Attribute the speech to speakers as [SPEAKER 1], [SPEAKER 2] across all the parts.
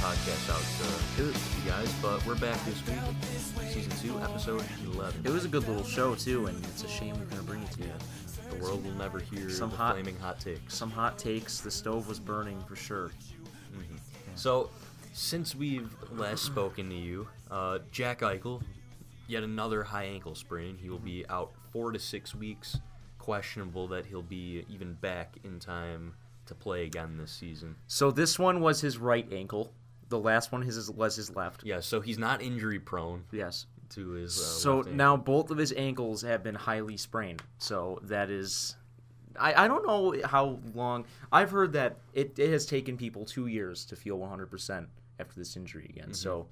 [SPEAKER 1] podcast out to you guys, but we're back this week, season two, episode eleven.
[SPEAKER 2] It was a good little show too, and it's a shame we're gonna bring it to you.
[SPEAKER 1] The world will never hear
[SPEAKER 2] Some
[SPEAKER 1] the
[SPEAKER 2] hot-
[SPEAKER 1] flaming hot takes.
[SPEAKER 2] Some hot takes. The stove was burning for sure.
[SPEAKER 1] So, since we've last spoken to you, uh, Jack Eichel, yet another high ankle sprain. He will be out four to six weeks. Questionable that he'll be even back in time to play again this season.
[SPEAKER 2] So this one was his right ankle. The last one his was his left.
[SPEAKER 1] Yeah, so he's not injury prone
[SPEAKER 2] Yes.
[SPEAKER 1] to his. Uh,
[SPEAKER 2] so
[SPEAKER 1] left ankle.
[SPEAKER 2] now both of his ankles have been highly sprained. So that is, I, I don't know how long. I've heard that it, it has taken people two years to feel 100% after this injury
[SPEAKER 1] Mm-hmm.
[SPEAKER 2] again. So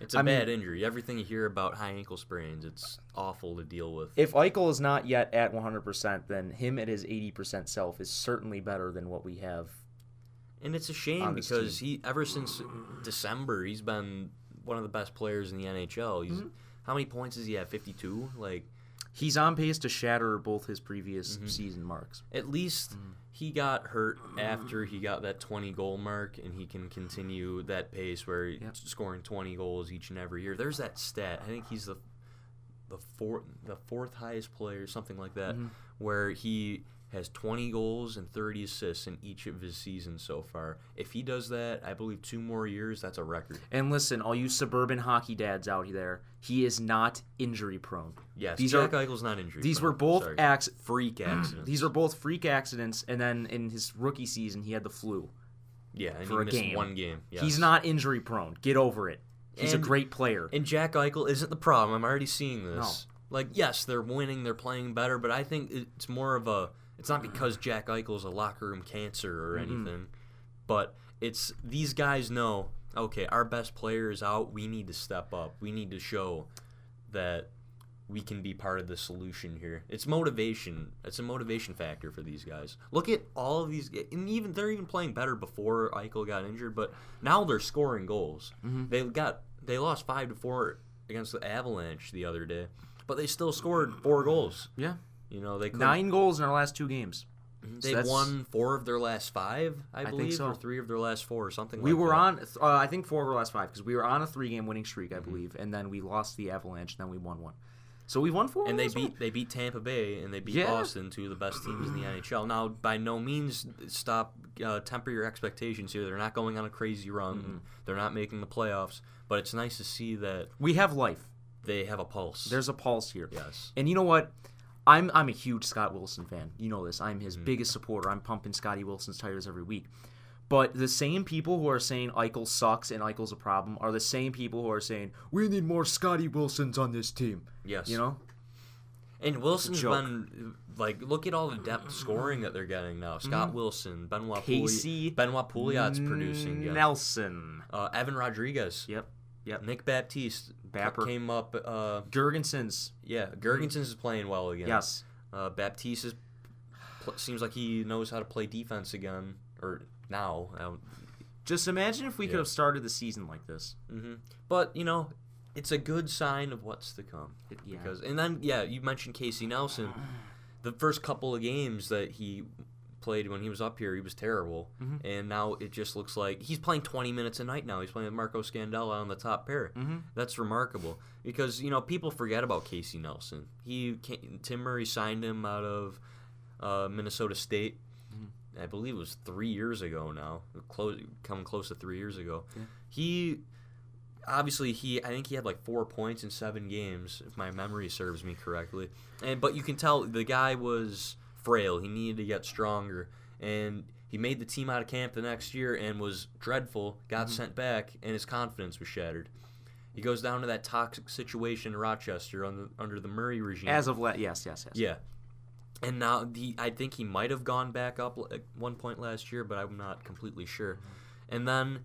[SPEAKER 1] It's a
[SPEAKER 2] I mean-
[SPEAKER 1] bad injury. Everything you hear about high ankle sprains, it's awful to deal with.
[SPEAKER 2] if Eichel is not yet at 100%, then him at his 80% self is certainly better than what we have.
[SPEAKER 1] And it's a
[SPEAKER 2] on
[SPEAKER 1] shame
[SPEAKER 2] this
[SPEAKER 1] because he ever since December he's been one of the best players in the NHL.
[SPEAKER 2] Mm-hmm.
[SPEAKER 1] He's how many points does he have? Fifty two? Like
[SPEAKER 2] He's on pace to shatter both his previous
[SPEAKER 1] Mm-hmm.
[SPEAKER 2] season marks.
[SPEAKER 1] at least
[SPEAKER 2] Mm.
[SPEAKER 1] he got hurt after he got that twenty goal mark and he can continue that pace where he's scoring twenty goals each and every year. There's that stat. I think he's the the fourth the fourth highest player, something like that,
[SPEAKER 2] Mm-hmm.
[SPEAKER 1] where he has 20 goals and 30 assists in each of his seasons so far. If he does that, I believe two more years, that's a record.
[SPEAKER 2] And listen, all you suburban hockey dads out there, he is not injury prone.
[SPEAKER 1] Yes,
[SPEAKER 2] These
[SPEAKER 1] Jack
[SPEAKER 2] are-
[SPEAKER 1] Eichel's not injured.
[SPEAKER 2] These were both acts.
[SPEAKER 1] freak accidents.
[SPEAKER 2] These are both freak accidents, and then in his rookie season, he had the flu.
[SPEAKER 1] yeah, and
[SPEAKER 2] for
[SPEAKER 1] he
[SPEAKER 2] a
[SPEAKER 1] missed
[SPEAKER 2] game.
[SPEAKER 1] one game. Yes.
[SPEAKER 2] He's not injury prone. Get over it. He's
[SPEAKER 1] And-
[SPEAKER 2] a great player.
[SPEAKER 1] And Jack Eichel isn't the problem. I'm already seeing this. Like, yes, they're winning, they're playing better, but I think it's more of a. It's not because Jack Eichel's a locker room cancer or anything, but it's these guys know. Okay, our best player is out. We need to step up. We need to show that we can be part of the solution here. It's motivation. It's a motivation factor for these guys. Look at all of these, and even they're even playing better before Eichel got injured. But now they're scoring goals.
[SPEAKER 2] Mm-hmm.
[SPEAKER 1] They got they lost five to four against the Avalanche the other day, but they still scored four goals.
[SPEAKER 2] yeah,
[SPEAKER 1] You know they couldn't-
[SPEAKER 2] nine goals in our last two games.
[SPEAKER 1] They
[SPEAKER 2] that's-
[SPEAKER 1] Mm-hmm. won four of their last five, I
[SPEAKER 2] think
[SPEAKER 1] believe,
[SPEAKER 2] so.
[SPEAKER 1] or three of their last four, or something.
[SPEAKER 2] We
[SPEAKER 1] like
[SPEAKER 2] were
[SPEAKER 1] that.
[SPEAKER 2] on, uh, I think four of our last five because we were on a three-game winning streak, I
[SPEAKER 1] Mm-hmm.
[SPEAKER 2] believe, and then we lost the Avalanche, and then we won one. So we won four.
[SPEAKER 1] and
[SPEAKER 2] of
[SPEAKER 1] they
[SPEAKER 2] those
[SPEAKER 1] beat they beat Tampa Bay and they beat
[SPEAKER 2] Yeah.
[SPEAKER 1] Boston, two of the best teams in the NHL. Now, by no means stop uh, temper your expectations here. They're not going on a crazy run.
[SPEAKER 2] Mm-hmm.
[SPEAKER 1] They're not making the playoffs, but it's nice to see that
[SPEAKER 2] We have life.
[SPEAKER 1] they have a pulse.
[SPEAKER 2] There's a pulse here.
[SPEAKER 1] yes,
[SPEAKER 2] And you know what? I'm I'm a huge Scott Wilson fan. You know this. I'm his
[SPEAKER 1] Mm.
[SPEAKER 2] biggest supporter. I'm pumping Scotty Wilson's tires every week. But the same people who are saying Eichel sucks and Eichel's a problem are the same people who are saying we need more Scotty Wilsons on this team.
[SPEAKER 1] yes,
[SPEAKER 2] You know?
[SPEAKER 1] And Wilson's
[SPEAKER 2] joke.
[SPEAKER 1] been like, look at all the depth scoring that they're getting now. Scott Wilson, Benoit
[SPEAKER 2] Mm-hmm. Casey
[SPEAKER 1] Pouliot, Benoit Pouliot's producing. again.
[SPEAKER 2] Nelson.
[SPEAKER 1] Uh, Evan Rodriguez,
[SPEAKER 2] Yep. Yep.
[SPEAKER 1] Nick Baptiste
[SPEAKER 2] Bapper.
[SPEAKER 1] came up. Uh,
[SPEAKER 2] Gergensen's.
[SPEAKER 1] yeah, Gergensons is playing well again.
[SPEAKER 2] Yes.
[SPEAKER 1] Uh, Baptiste is, pl- seems like he knows how to play defense again, or now. Um,
[SPEAKER 2] Just imagine if we
[SPEAKER 1] Yeah.
[SPEAKER 2] could have started the season like this.
[SPEAKER 1] hmm But you know, it's a good sign of what's to come.
[SPEAKER 2] Yeah.
[SPEAKER 1] Because and then yeah, you mentioned Casey Nelson. The first couple of games that he played when he was up here, he was terrible, and now it just looks like he's playing 20 minutes a night now. He's playing with Marco Scandella on the top pair.
[SPEAKER 2] Mm-hmm.
[SPEAKER 1] That's remarkable because you know people forget about Casey Nelson. He came, Tim Murray signed him out of uh, Minnesota State. I believe it was three years ago now, close, coming close to three years ago. He obviously he I think he had like four points in seven games, if my memory serves me correctly. And but you can tell the guy was frail. He needed to get stronger, and he made the team out of camp the next year and was dreadful. Got sent back, and his confidence was shattered. He goes down to that toxic situation in Rochester under, under the Murray regime.
[SPEAKER 2] As of la- yes, yes, yes.
[SPEAKER 1] Yeah. And now the I think he might have gone back up l- at one point last year, but I'm not completely sure. And then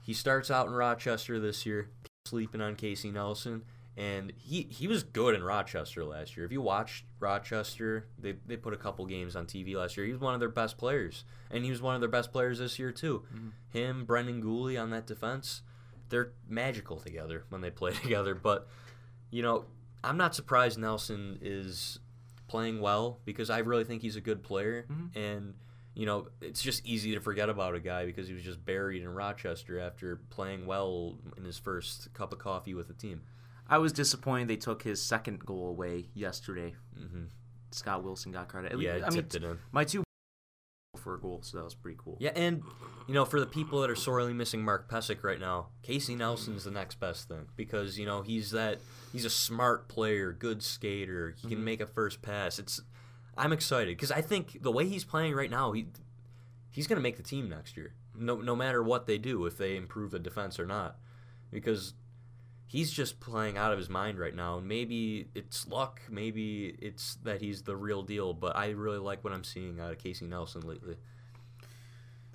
[SPEAKER 1] he starts out in Rochester this year, sleeping on Casey Nelson, and he he was good in Rochester last year. If you watched Rochester, they they put a couple games on TV last year. He was one of their best players, and he was one of their best players this year too. Him, Brendan Gooley on that defense, they're magical together when they play together. But you know, I'm not surprised
[SPEAKER 2] Mm-hmm.
[SPEAKER 1] Nelson is playing well because I really think he's a good player and you know, it's just easy to forget about a guy because he was just buried in Rochester after playing well in his first cup of coffee with the team.
[SPEAKER 2] I was disappointed they took his second goal away yesterday.
[SPEAKER 1] hmm
[SPEAKER 2] Scott Wilson got credit. At
[SPEAKER 1] Yeah,
[SPEAKER 2] least-
[SPEAKER 1] it
[SPEAKER 2] I mean,
[SPEAKER 1] tipped it in.
[SPEAKER 2] my two for a goal, so that was pretty cool.
[SPEAKER 1] Yeah, and you know, for the people that are sorely missing Mark Pesic right now, Casey Nelson's the next best thing because you know he's that he's a smart player, good skater. He can make a first pass. It's I'm excited because I think the way he's playing right now, he he's gonna make the team next year. No, no matter what they do, if they improve the defense or not, because he's just playing out of his mind right now. And maybe it's luck, maybe it's that he's the real deal. But I really like what I'm seeing out of Casey Nelson lately.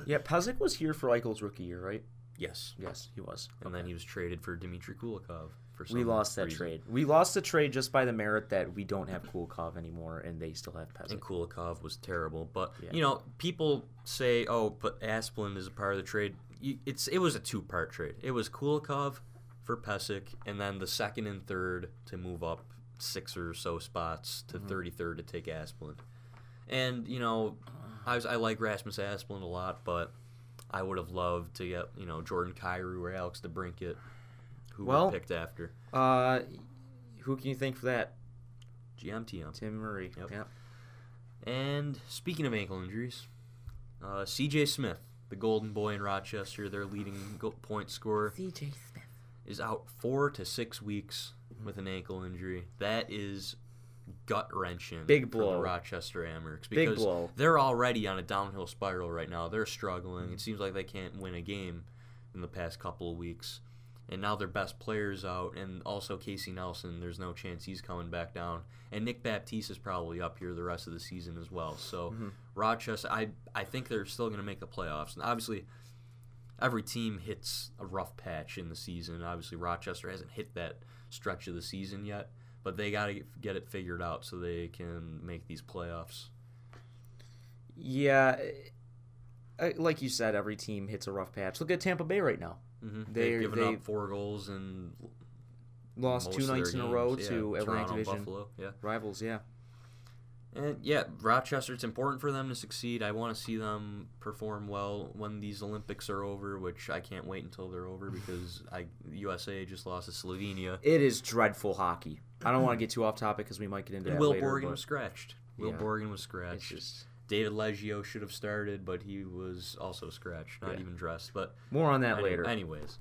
[SPEAKER 2] Yeah, Pezic was here for Eichel's rookie year, right?
[SPEAKER 1] Yes.
[SPEAKER 2] Yes, he was.
[SPEAKER 1] and then he was traded for Dmitry Kulikov. For some
[SPEAKER 2] We lost that
[SPEAKER 1] reason.
[SPEAKER 2] trade. We lost the trade just by the merit that we don't have Kulikov anymore, and they still have Pezic.
[SPEAKER 1] And Kulikov was terrible, but
[SPEAKER 2] Yeah.
[SPEAKER 1] you know, people say, "Oh, but Asplund is a part of the trade." You- It's it was a two part trade. It was Kulikov for Pesic, and then the second and third to move up six or so spots to
[SPEAKER 2] Mm-hmm.
[SPEAKER 1] thirty third to take Asplund. And you know, I was I like Rasmus Asplund a lot, but I would have loved to get you know Jordan Cairo or Alex DeBrinket, who we
[SPEAKER 2] Well-
[SPEAKER 1] picked after
[SPEAKER 2] Uh, who can you thank for that?
[SPEAKER 1] GMTM.
[SPEAKER 2] Tim Murray.
[SPEAKER 1] Yep.
[SPEAKER 2] Yeah.
[SPEAKER 1] And speaking of ankle injuries, uh, C.J. Smith, the Golden Boy in Rochester, their leading go- point scorer,
[SPEAKER 2] DJ Smith.
[SPEAKER 1] is out four to six weeks with an ankle injury. That is gut wrenching.
[SPEAKER 2] Big
[SPEAKER 1] For
[SPEAKER 2] blow.
[SPEAKER 1] the Rochester Amherst
[SPEAKER 2] Big
[SPEAKER 1] because
[SPEAKER 2] blow.
[SPEAKER 1] they're already on a downhill spiral right now. They're struggling. It seems like they can't win a game in the past couple of weeks. And now their best players out, and also Casey Nelson. There's no chance he's coming back down, and Nick Baptiste is probably up here the rest of the season as well. So Rochester, I I think they're still going to make the playoffs. And obviously, every team hits a rough patch in the season. Obviously, Rochester hasn't hit that stretch of the season yet, but they got to get it figured out so they can make these playoffs.
[SPEAKER 2] Yeah. uh, Like you said, every team hits a rough patch. Look at Tampa Bay right now.
[SPEAKER 1] hmm
[SPEAKER 2] They're-
[SPEAKER 1] They've given
[SPEAKER 2] they-
[SPEAKER 1] up four goals and
[SPEAKER 2] Lost
[SPEAKER 1] most
[SPEAKER 2] two
[SPEAKER 1] of their
[SPEAKER 2] nights in a row
[SPEAKER 1] games.
[SPEAKER 2] to
[SPEAKER 1] yeah,
[SPEAKER 2] Atlantic
[SPEAKER 1] Toronto,
[SPEAKER 2] Division
[SPEAKER 1] Buffalo. Yeah,
[SPEAKER 2] rivals. Yeah.
[SPEAKER 1] and yeah, Rochester. It's important for them to succeed. I want to see them perform well when these Olympics are over, which I can't wait until they're over because I USA just lost to Slovenia.
[SPEAKER 2] It is dreadful hockey. I don't want to get too off topic because we might get into
[SPEAKER 1] And
[SPEAKER 2] that
[SPEAKER 1] Will
[SPEAKER 2] later,
[SPEAKER 1] Borgen
[SPEAKER 2] but
[SPEAKER 1] was scratched. Will
[SPEAKER 2] Yeah.
[SPEAKER 1] Borgen was
[SPEAKER 2] it's
[SPEAKER 1] scratched.
[SPEAKER 2] just
[SPEAKER 1] David Leggio should have started, but he was also scratched, not
[SPEAKER 2] Yeah.
[SPEAKER 1] even dressed. But
[SPEAKER 2] more on that
[SPEAKER 1] any-
[SPEAKER 2] later.
[SPEAKER 1] anyways,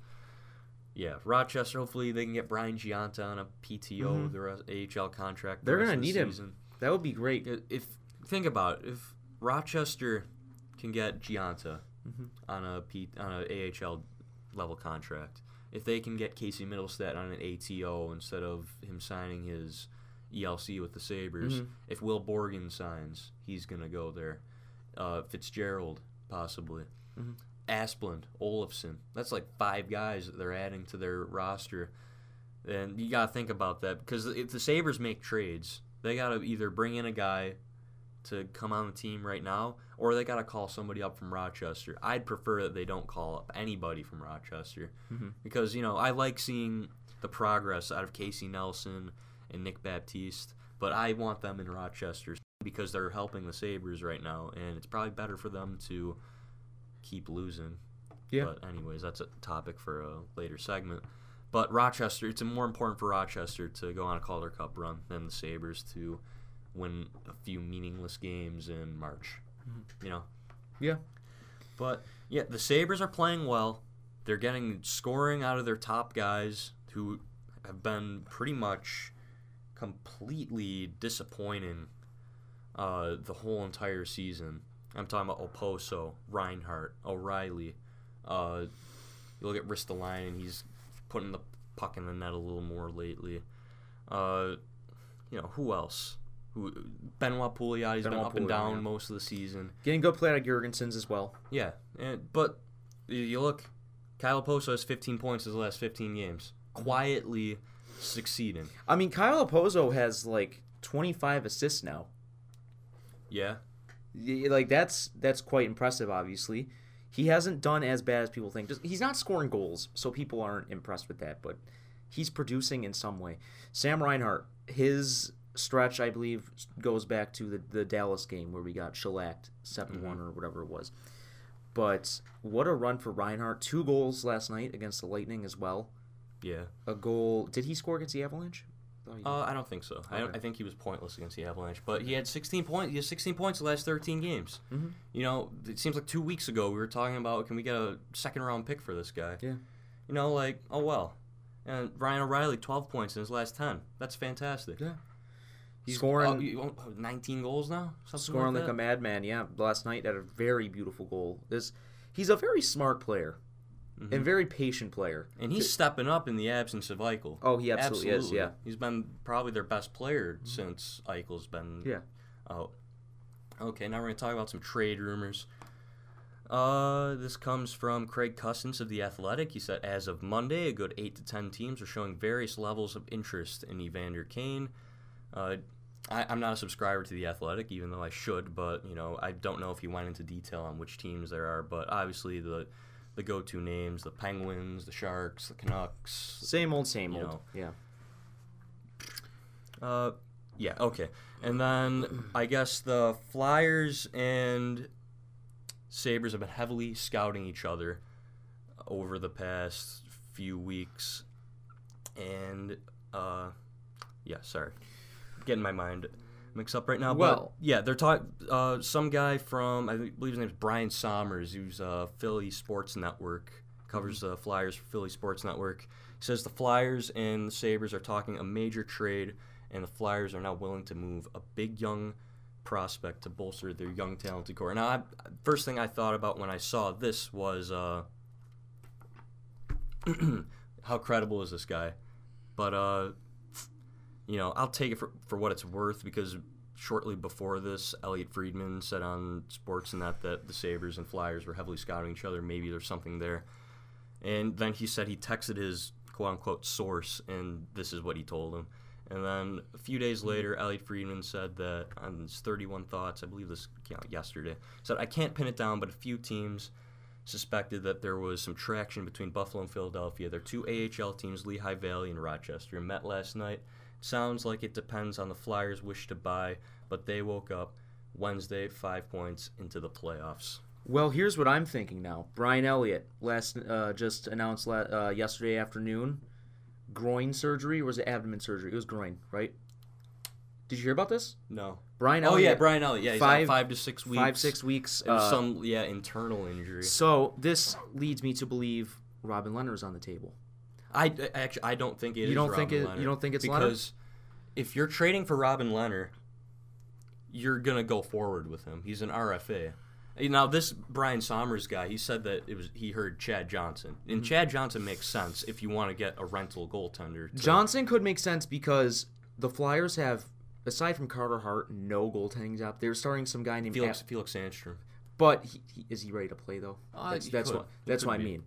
[SPEAKER 1] yeah, Rochester. Hopefully, they can get Brian Gianta on a PTO, the rest, AHL contract. the
[SPEAKER 2] Mm-hmm. They're
[SPEAKER 1] rest
[SPEAKER 2] gonna
[SPEAKER 1] of the
[SPEAKER 2] need him.
[SPEAKER 1] season.
[SPEAKER 2] that would be great.
[SPEAKER 1] I- uh, If think about it, if Rochester can get Gianta on a P, on a AHL level contract, if they can get Casey Middlestat on an ATO instead of him signing his ELC with the Sabers, if Will Borgen signs, he's gonna go there. Uh, Fitzgerald possibly. Asplund, Olafson. That's like five guys that they're adding to their roster. And you got to think about that because if the Sabres make trades, they got to either bring in a guy to come on the team right now or they got to call somebody up from Rochester. I'd prefer that they don't call up anybody from Rochester because, you know, I like seeing the progress out of Casey Nelson and Nick Baptiste, but I want them in Rochester because they're helping the Sabres right now and it's probably better for them to keep losing.
[SPEAKER 2] Yeah.
[SPEAKER 1] But anyways, that's a topic for a later segment. But Rochester, it's more important for Rochester to go on a Calder Cup run than the Sabers to win a few meaningless games in March. You know.
[SPEAKER 2] Yeah.
[SPEAKER 1] But yeah, the Sabers are playing well. They're getting scoring out of their top guys who have been pretty much completely disappointing uh, the whole entire season. I'm talking about Oposo, Reinhardt, O'Reilly. Uh, you look at Ristolainen, he's putting the puck in the net a little more lately. Uh, you know, who else? Who Benoit Pouliot, he's been
[SPEAKER 2] Benoit
[SPEAKER 1] up and
[SPEAKER 2] Pouliot,
[SPEAKER 1] down
[SPEAKER 2] yeah.
[SPEAKER 1] most of the season.
[SPEAKER 2] Getting good play out of Jurgensen's as well.
[SPEAKER 1] Yeah, and, but you- you look, Kyle Oposo has 15 points his last 15 games, quietly succeeding.
[SPEAKER 2] I mean, Kyle Pozo has like 25 assists now.
[SPEAKER 1] Yeah,
[SPEAKER 2] Y- Like that's that's quite impressive. Obviously, he hasn't done as bad as people think. Just, he's not scoring goals, so people aren't impressed with that. But he's producing in some way. Sam Reinhart, his stretch, I believe, goes back to the, the Dallas game where we got shellacked 7 one or whatever it was. But what a run for Reinhardt! Two goals last night against the Lightning as well.
[SPEAKER 1] Yeah.
[SPEAKER 2] A goal. Did he score against the Avalanche? Oh, he did.
[SPEAKER 1] Uh, I don't think so. I, don't,
[SPEAKER 2] Okay.
[SPEAKER 1] I think he was pointless against the Avalanche, but he had 16 points. He has 16 points the last 13 games.
[SPEAKER 2] Mhm.
[SPEAKER 1] You know, it seems like two weeks ago we were talking about can we get a second round pick for this guy?
[SPEAKER 2] Yeah.
[SPEAKER 1] You know, like oh well. And Ryan O'Reilly, 12 points in his last 10. That's fantastic.
[SPEAKER 2] Yeah.
[SPEAKER 1] He's
[SPEAKER 2] Scoring-
[SPEAKER 1] uh, you- oh, 19 goals now. Something
[SPEAKER 2] scoring
[SPEAKER 1] like,
[SPEAKER 2] like,
[SPEAKER 1] that?
[SPEAKER 2] a madman. Yeah, last night had a very beautiful goal. This he's a very smart player and very patient player.
[SPEAKER 1] And he's stepping up in the absence of Eichel.
[SPEAKER 2] Oh, he absolutely, is. Yeah, Mm-hmm.
[SPEAKER 1] He's been probably their best player since Eichel's been
[SPEAKER 2] Yeah.
[SPEAKER 1] out. Okay, now we're going to talk about some trade rumors. Uh, this comes from Craig Cousins of The Athletic. He said, as of Monday, a good 8 to 10 teams are showing various levels of interest in Evander Kane. Uh, I, I'm not a subscriber to The Athletic, even though I should, but, you know, I don't know if he went into detail on which teams there are, but obviously the, the go-to names, the Penguins, the Sharks, the Canucks,
[SPEAKER 2] same old, same
[SPEAKER 1] You
[SPEAKER 2] old.
[SPEAKER 1] know.
[SPEAKER 2] Yeah,
[SPEAKER 1] Uh, yeah, okay. And then I guess the Flyers and Sabres have been heavily scouting each other over the past few weeks. And, uh, yeah, sorry. Getting my mind mixed up right now.
[SPEAKER 2] Well-
[SPEAKER 1] but yeah, they're talking. Uh, some guy from, I believe his name's Brian Sommers, who's uh, Philly Sports Network, covers the Flyers for Philly Sports Network. He says the Flyers and the Sabres are talking a major trade, and the Flyers are now willing to move a big young prospect to bolster their young, talented core. Now, I, first thing I thought about when I saw this was uh, how credible is this guy? But, uh, you know, I'll take it for, for what it's worth because shortly before this, Elliot Friedman said on Sportsnet that the Sabres and Flyers were heavily scouting each other. Maybe there's something there. And then he said he texted his quote unquote source, and this is what he told him. And then a few days later, Elliot Friedman said that on his 31 Thoughts, I believe this came out yesterday, said, I can't pin it down, but a few teams suspected that there was some traction between Buffalo and Philadelphia. Their two AHL teams, Lehigh Valley and Rochester, met last night. Sounds like it depends on the Flyers' wish to buy, but they woke up Wednesday five points into the playoffs.
[SPEAKER 2] Well, here's what I'm thinking now. Brian Elliott last uh, just announced la- uh, yesterday afternoon, groin surgery or was it abdomen surgery? It was groin, right? Did you hear about this?
[SPEAKER 1] No.
[SPEAKER 2] Brian
[SPEAKER 1] Oh
[SPEAKER 2] Elliott.
[SPEAKER 1] yeah, Brian Elliott. Yeah, he's out
[SPEAKER 2] Five-
[SPEAKER 1] five to six weeks.
[SPEAKER 2] Five six weeks.
[SPEAKER 1] It was
[SPEAKER 2] uh,
[SPEAKER 1] some yeah internal injury.
[SPEAKER 2] so this leads me to believe Robin Leonard is on the table.
[SPEAKER 1] I, I actually I don't think it is
[SPEAKER 2] You don't think
[SPEAKER 1] Robin
[SPEAKER 2] it- you
[SPEAKER 1] Leonard
[SPEAKER 2] don't think it's Leonard?
[SPEAKER 1] because if you're trading for Robin Leonard, you're gonna go forward with him. He's an RFA. You Now this Brian Somers guy, he said that it was he heard Chad Johnson,
[SPEAKER 2] Mm-hmm.
[SPEAKER 1] and Chad Johnson makes sense if you want to get a rental goaltender. To,
[SPEAKER 2] Johnson could make sense because the Flyers have, aside from Carter Hart, no goaltending job. They're starting some guy named
[SPEAKER 1] Felix
[SPEAKER 2] Ab-
[SPEAKER 1] Felix Sandstrom.
[SPEAKER 2] but he, he, is he ready to play though?
[SPEAKER 1] Uh,
[SPEAKER 2] that's
[SPEAKER 1] he
[SPEAKER 2] that's
[SPEAKER 1] could.
[SPEAKER 2] what
[SPEAKER 1] He
[SPEAKER 2] that's
[SPEAKER 1] could
[SPEAKER 2] what I
[SPEAKER 1] be.
[SPEAKER 2] mean.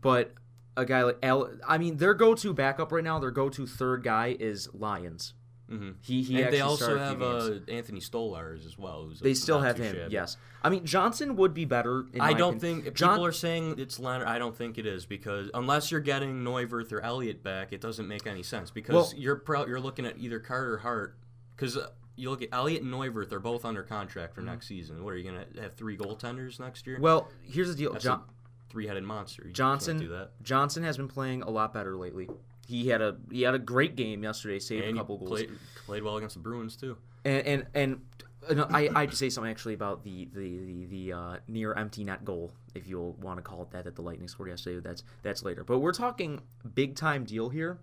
[SPEAKER 2] But a guy like Al, I mean, their go-to backup right now, their go-to third guy is Lyons.
[SPEAKER 1] Mm-hmm.
[SPEAKER 2] He he.
[SPEAKER 1] And
[SPEAKER 2] actually
[SPEAKER 1] they also
[SPEAKER 2] started a few
[SPEAKER 1] have
[SPEAKER 2] games.
[SPEAKER 1] uh, Anthony Stolars as well. Who's
[SPEAKER 2] They still
[SPEAKER 1] not
[SPEAKER 2] have
[SPEAKER 1] too
[SPEAKER 2] him.
[SPEAKER 1] shabby.
[SPEAKER 2] Yes, I mean Johnson would be better. In
[SPEAKER 1] I
[SPEAKER 2] my
[SPEAKER 1] don't
[SPEAKER 2] opinion.
[SPEAKER 1] think
[SPEAKER 2] John-
[SPEAKER 1] people are saying it's Leonard. I don't think it is because unless you're getting Neuwirth or Elliott back, it doesn't make any sense because
[SPEAKER 2] Well-
[SPEAKER 1] you're pro- you're looking at either Carter Hart because uh, you look at Elliott and Neuwirth are both under contract for next season. What are you gonna have three goaltenders next year?
[SPEAKER 2] Mm-hmm. Well, here's the deal,
[SPEAKER 1] That's
[SPEAKER 2] John.
[SPEAKER 1] a three-headed monster. You can't
[SPEAKER 2] Johnson
[SPEAKER 1] do that.
[SPEAKER 2] Johnson has been playing a lot better lately. He had a he had a great game yesterday, saved
[SPEAKER 1] And
[SPEAKER 2] a
[SPEAKER 1] he
[SPEAKER 2] couple goals.
[SPEAKER 1] played played well against the Bruins too.
[SPEAKER 2] And and, and and I I have to say something actually about the the the, the uh, near empty net goal, if you'll want to call it that, that the Lightning scored yesterday. That's that's later. But we're talking big time deal here.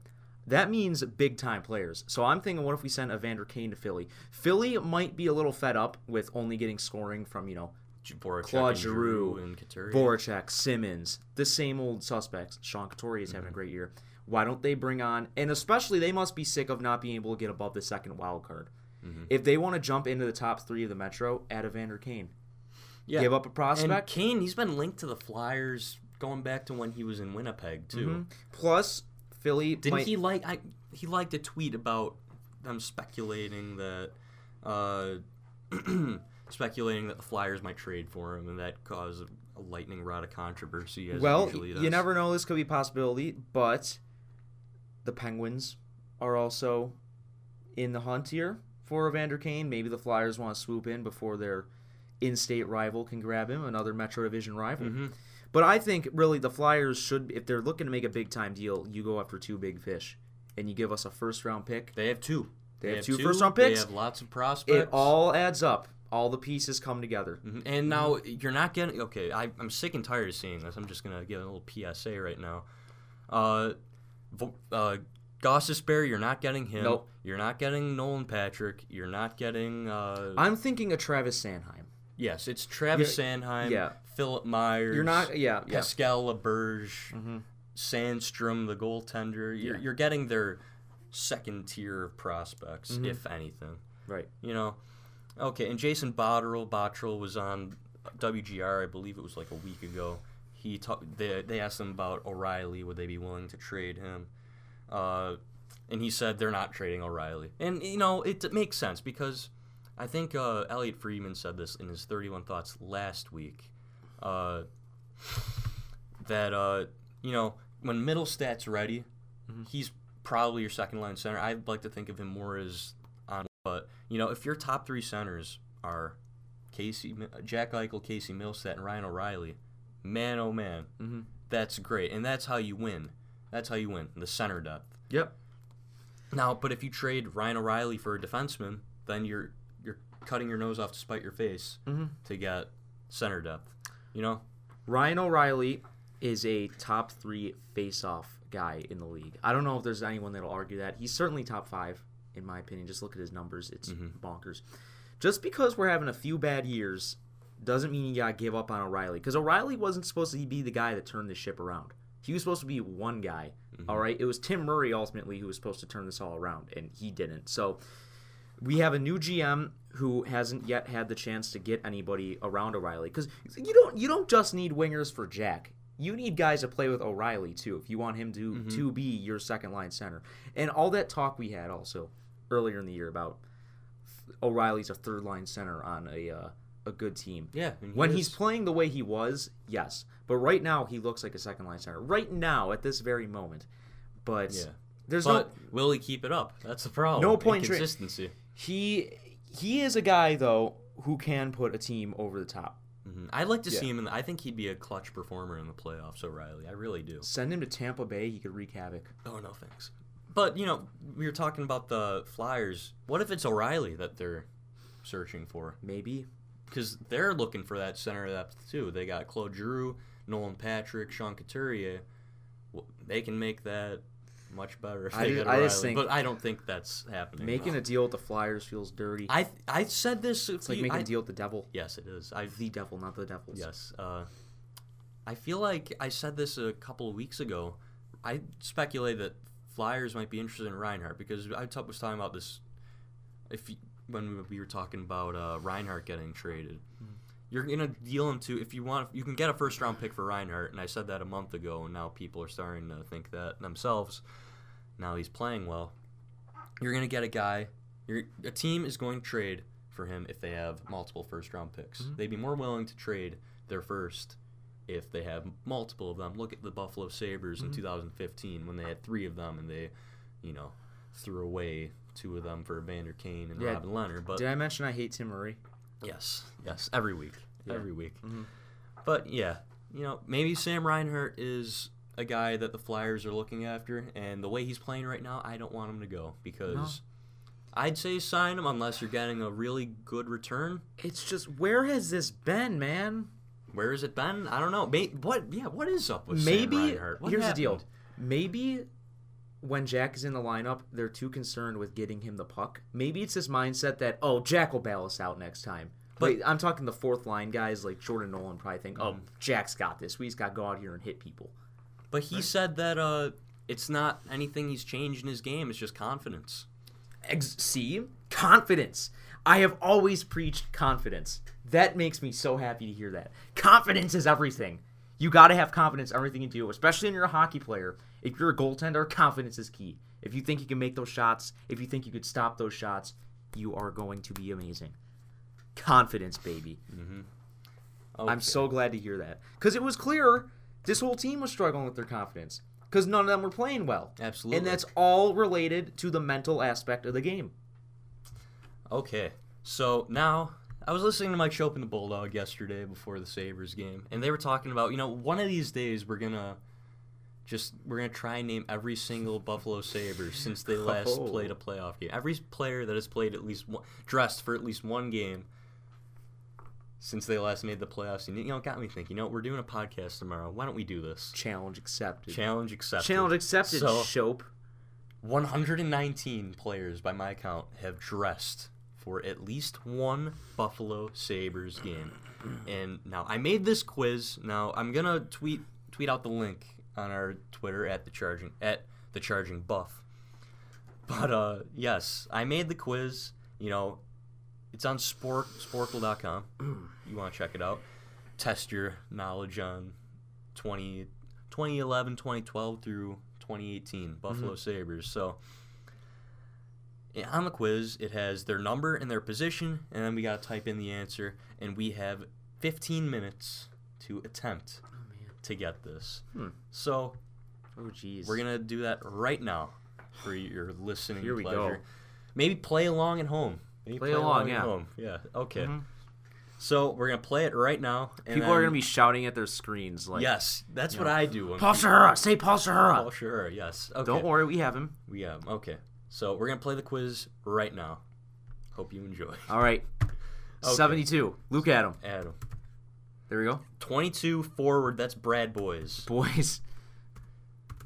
[SPEAKER 2] That means big time players. So I'm thinking, what if we send Evander Kane to Philly? Philly might be a little fed up with only getting scoring from you know
[SPEAKER 1] Voracek
[SPEAKER 2] Claude
[SPEAKER 1] and Giroux
[SPEAKER 2] Giroux,
[SPEAKER 1] and Couturier.
[SPEAKER 2] Voracek, Simmons, the same old suspects. Sean Couturier is having
[SPEAKER 1] Mm-hmm.
[SPEAKER 2] a great year. Why don't they bring on? And especially, they must be sick of not being able to get above the second wild card.
[SPEAKER 1] Mm-hmm.
[SPEAKER 2] If they want to jump into the top three of the Metro, add Evander Kane.
[SPEAKER 1] yeah.
[SPEAKER 2] Give up a
[SPEAKER 1] and
[SPEAKER 2] prospect.
[SPEAKER 1] Kane, he's been linked to the Flyers going back to when he was in Winnipeg too.
[SPEAKER 2] Mm-hmm. Plus, Philly.
[SPEAKER 1] Didn't
[SPEAKER 2] might-
[SPEAKER 1] he like? I he liked a tweet about them speculating that, uh, speculating that the Flyers might trade for him, and that caused a lightning rod of controversy. As it
[SPEAKER 2] Well,
[SPEAKER 1] usually
[SPEAKER 2] you
[SPEAKER 1] does.
[SPEAKER 2] never know. This could be a possibility, but the Penguins are also in the hunt here for Evander Kane. Maybe the Flyers want to swoop in before their in-state rival can grab him, another Metro Division rival. But I think really the Flyers should, if they're looking to make a big time deal, you go after two big fish, and you give us a first round pick.
[SPEAKER 1] They have two.
[SPEAKER 2] They have two first-round picks.
[SPEAKER 1] They have lots of prospects.
[SPEAKER 2] It all adds up. All the pieces come together.
[SPEAKER 1] Mhm. And now
[SPEAKER 2] Mm-hmm.
[SPEAKER 1] you're not getting okay. I, I'm sick and tired of seeing this. I'm just gonna give a little PSA right now. Uh, Vo- uh, Gossesbear, you're not getting him.
[SPEAKER 2] Nope.
[SPEAKER 1] You're not getting Nolan Patrick. You're not getting. Uh,
[SPEAKER 2] I'm thinking of Travis Sanheim.
[SPEAKER 1] yes, it's Travis Sanheim,
[SPEAKER 2] yeah.
[SPEAKER 1] Philip Myers.
[SPEAKER 2] You're not, yeah, yeah.
[SPEAKER 1] Pascal LeBurge, Sandstrom, the goaltender. You're,
[SPEAKER 2] Yeah.
[SPEAKER 1] you're getting their second tier of prospects,
[SPEAKER 2] Mm-hmm.
[SPEAKER 1] if anything.
[SPEAKER 2] Right.
[SPEAKER 1] You know, okay. And Jason Botterill, Botterill was on WGR, I believe it was like a week ago. He talked. They, they asked him about O'Reilly. Would they be willing to trade him? Uh, and he said they're not trading O'Reilly. And you know, it, it makes sense because I think uh, Elliot Friedman said this in his 31 Thoughts last week. Uh, that uh, you know, when Middlestat's ready, he's probably your second line center. I'd like to think of him more as on, but you know, if your top three centers are Casey, Mi- Jack Eichel, Casey Millstat, and Ryan O'Reilly, man, oh man,
[SPEAKER 2] Mm-hmm.
[SPEAKER 1] that's great, and that's how you win. That's how you win the center depth.
[SPEAKER 2] Yep.
[SPEAKER 1] Now, but if you trade Ryan O'Reilly for a defenseman, then you're you're cutting your nose off to spite your face
[SPEAKER 2] Mhm.
[SPEAKER 1] to get center depth. You know,
[SPEAKER 2] Ryan O'Reilly is a top three face-off guy in the league. I don't know if there's anyone that'll argue that. He's certainly top five, in my opinion. Just look at his numbers; it's bonkers. Just because we're having a few bad years doesn't mean you gotta give up on O'Reilly. Because O'Reilly wasn't supposed to be the guy that turned the ship around. He was supposed to be one guy. all right, it was Tim Murray ultimately who was supposed to turn this all around, and he didn't. So we have a new GM who hasn't yet had the chance to get anybody around O'Reilly because you don't you don't just need wingers for Jack. You need guys to play with O'Reilly too if you want him to
[SPEAKER 1] Mm-hmm.
[SPEAKER 2] to be your second line center. And all that talk we had also earlier in the year about O'Reilly's a third line center on a uh, a good team.
[SPEAKER 1] yeah. and he
[SPEAKER 2] When
[SPEAKER 1] is-
[SPEAKER 2] he's playing the way he was, yes. But right now, he looks like a second line center. Right now, at this very moment. But
[SPEAKER 1] Yeah.
[SPEAKER 2] there's
[SPEAKER 1] but
[SPEAKER 2] no
[SPEAKER 1] will he keep it up? That's the problem.
[SPEAKER 2] No point in tra-
[SPEAKER 1] consistency.
[SPEAKER 2] he. He is a guy though who can put a team over the top.
[SPEAKER 1] Mhm. I'd like to
[SPEAKER 2] Mm-hmm. Yeah.
[SPEAKER 1] see him. In the, I think he'd be a clutch performer in the playoffs, O'Reilly. I really do.
[SPEAKER 2] Send him to Tampa Bay, he could wreak havoc.
[SPEAKER 1] Oh no, thanks. But you know, we were talking about the Flyers. What if it's O'Reilly that they're searching for?
[SPEAKER 2] Maybe.
[SPEAKER 1] Because they're looking for that center depth too. They got Claude Drew, Nolan Patrick, Sean Couturier. Well, They can make that much better if
[SPEAKER 2] I
[SPEAKER 1] they
[SPEAKER 2] just-
[SPEAKER 1] get
[SPEAKER 2] I
[SPEAKER 1] O'Reilly.
[SPEAKER 2] just think-
[SPEAKER 1] but I don't think that's happening.
[SPEAKER 2] Making a deal with the Flyers feels dirty.
[SPEAKER 1] I I said this. a
[SPEAKER 2] it's like
[SPEAKER 1] few-
[SPEAKER 2] making
[SPEAKER 1] I-
[SPEAKER 2] a deal with the devil.
[SPEAKER 1] Yes, it is. I
[SPEAKER 2] The devil, not the devils.
[SPEAKER 1] Yes. Uh, I feel like I said this a couple of weeks ago. I speculate that Flyers might be interested in Reinhardt because I t- was talking about this if you, when we were talking about uh, Reinhardt getting traded. You're gonna deal him to if you want. You can get a first round pick for Reinhardt, and I said that a month ago, and now people are starting to think that themselves. Now he's playing well. You're gonna get a guy. You're, a team is going to trade for him if they have multiple first round picks. They'd be more willing to trade their first if they have multiple of them. Look at the Buffalo Sabers in 2015 when they had three of them and they, you know, threw away two of them for Vander Kane and
[SPEAKER 2] Yeah.
[SPEAKER 1] Robin Leonard. But
[SPEAKER 2] Did I mention I hate Tim Murray?
[SPEAKER 1] Yes, yes, every week, every week.
[SPEAKER 2] Mm-hmm.
[SPEAKER 1] But yeah, you know, maybe Sam Reinhart is a guy that the Flyers are looking after, and the way he's playing right now, I don't want him to go because I'd say sign him unless you're getting a really good return.
[SPEAKER 2] It's just where has this been, man?
[SPEAKER 1] Where has it been? I don't know. May- what? Yeah, what is up with
[SPEAKER 2] maybe
[SPEAKER 1] Sam Reinhart? What
[SPEAKER 2] here's the deal
[SPEAKER 1] happened?
[SPEAKER 2] maybe when jack is in the lineup they're too concerned with getting him the puck maybe it's this mindset that oh jack will bail us out next time but i'm talking the fourth line guys like jordan nolan probably think oh
[SPEAKER 1] Mm.
[SPEAKER 2] jack's got this we just got to go out here and hit people
[SPEAKER 1] But he said that uh, it's not anything he's changed in his game. It's just confidence.
[SPEAKER 2] Ex- see confidence i have always preached confidence that makes me so happy to hear that confidence is everything you got to have confidence in everything you do especially when you're a hockey player if you're a goaltender confidence is key if you think you can make those shots if you think you could stop those shots you are going to be amazing confidence baby i'm
[SPEAKER 1] Okay.
[SPEAKER 2] so glad to hear that because it was clear this whole team was struggling with their confidence because none of them were playing well
[SPEAKER 1] Absolutely.
[SPEAKER 2] and that's all related to the mental aspect of the game
[SPEAKER 1] Okay, so now I was listening to Mike Chopin, the Bulldog, yesterday before the Sabres game, and they were talking about, you know, one of these days we're going to just, we're going to try and name every single Buffalo Sabres since they last
[SPEAKER 2] Oh.
[SPEAKER 1] played a playoff game. Every player that has played at least one, dressed for at least one game since they last made the playoffs. And, you know, it got me thinking, you know, we're doing a podcast tomorrow. Why don't we do this?
[SPEAKER 2] Challenge accepted.
[SPEAKER 1] Challenge accepted.
[SPEAKER 2] Challenge accepted.
[SPEAKER 1] So,
[SPEAKER 2] Shope.
[SPEAKER 1] 119 players, by my count, have dressed for at least one Buffalo Sabres game. And now I made this quiz. Now I'm gonna tweet tweet out the link on our Twitter at the charging at the charging buff. But uh, yes, I made the quiz. You know, it's on spork, sporkle.com. You want to check it out. Test your knowledge on 20, 2011, 2012 through 2018
[SPEAKER 2] Mm-hmm.
[SPEAKER 1] Buffalo Sabres. So yeah, on the quiz, it has their number and their position, and then we got to type in the answer, and we have 15 minutes to attempt to get this.
[SPEAKER 2] Oh, Hmm.
[SPEAKER 1] So
[SPEAKER 2] Oh jeez.
[SPEAKER 1] we're gonna do that right now for your listening
[SPEAKER 2] Here we go.
[SPEAKER 1] pleasure. Maybe play along at home. Maybe
[SPEAKER 2] Play along, yeah. Mm-hmm.
[SPEAKER 1] at home. Yeah. Okay. So we're gonna play it right now. and
[SPEAKER 2] People are
[SPEAKER 1] then-
[SPEAKER 2] gonna be shouting at their screens like.
[SPEAKER 1] Yes, that's what I do. when
[SPEAKER 2] Paul
[SPEAKER 1] people-
[SPEAKER 2] Shahura, say Paul Shahura.
[SPEAKER 1] Oh, sure. Yes. Okay.
[SPEAKER 2] Don't worry, we have him.
[SPEAKER 1] Yeah. um, Okay. So we're gonna play the quiz right now. Hope you enjoy.
[SPEAKER 2] All right.
[SPEAKER 1] Okay.
[SPEAKER 2] 72. Look at him.
[SPEAKER 1] Adam,
[SPEAKER 2] There we go.
[SPEAKER 1] 22 forward. That's Brad Boys.
[SPEAKER 2] Boys.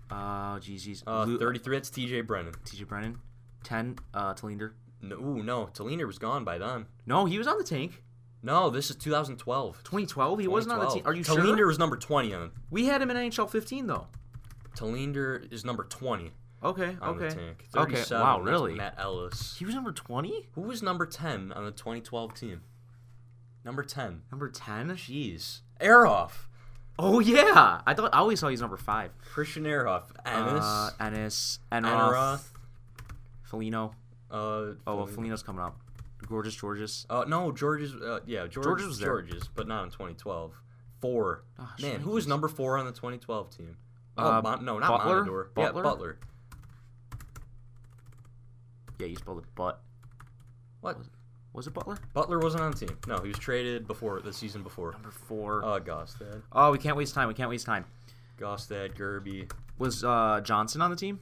[SPEAKER 2] Uh, geez, geez.
[SPEAKER 1] Uh,
[SPEAKER 2] Lu-
[SPEAKER 1] 33. That's T.J. Brennan.
[SPEAKER 2] TJ Brennan. 10. Uh, Talinder.
[SPEAKER 1] No, ooh, no. Taliner was gone by then.
[SPEAKER 2] No, he was on the tank.
[SPEAKER 1] No, this is 2012.
[SPEAKER 2] 2012, he wasn't on the team. Are you
[SPEAKER 1] Taliner
[SPEAKER 2] sure?
[SPEAKER 1] was number 20 on
[SPEAKER 2] We had him in NHL 15, though.
[SPEAKER 1] Talinder is number 20
[SPEAKER 2] Okay,
[SPEAKER 1] on
[SPEAKER 2] okay.
[SPEAKER 1] the tank.
[SPEAKER 2] Okay,
[SPEAKER 1] 37,
[SPEAKER 2] wow,
[SPEAKER 1] that's
[SPEAKER 2] really?
[SPEAKER 1] Matt Ellis.
[SPEAKER 2] He was number 20?
[SPEAKER 1] Who was number 10 on the 2012 team? Number 10.
[SPEAKER 2] Number 10?
[SPEAKER 1] Jeez. Aeroff.
[SPEAKER 2] Oh, yeah. I thought I always thought he was number 5.
[SPEAKER 1] Christian Aeroff. Ennis.
[SPEAKER 2] Uh, Ennis. Enroth.
[SPEAKER 1] Enroth.
[SPEAKER 2] Felino.
[SPEAKER 1] Uh, oh,
[SPEAKER 2] Oh, well, Felino's coming up. Gorgeous Georges.
[SPEAKER 1] Uh, no, George's. Uh, yeah, George,
[SPEAKER 2] George's was there.
[SPEAKER 1] George's, but not in 2012. Four.
[SPEAKER 2] Ah,
[SPEAKER 1] Man, who was number four on the 2012 team? Oh,
[SPEAKER 2] Uh,
[SPEAKER 1] Mon- no, not
[SPEAKER 2] Butler?
[SPEAKER 1] Monador.
[SPEAKER 2] Butler?
[SPEAKER 1] Yeah, Butler.
[SPEAKER 2] Yeah, you spelled it butt.
[SPEAKER 1] What?
[SPEAKER 2] Was it Butler?
[SPEAKER 1] Butler wasn't on the team. No, he was traded before the season before.
[SPEAKER 2] Number 4.
[SPEAKER 1] Uh, Gostad.
[SPEAKER 2] oh, we can't waste time. We can't waste time.
[SPEAKER 1] Gostad, Gerby.
[SPEAKER 2] Was uh, Johnson on the team?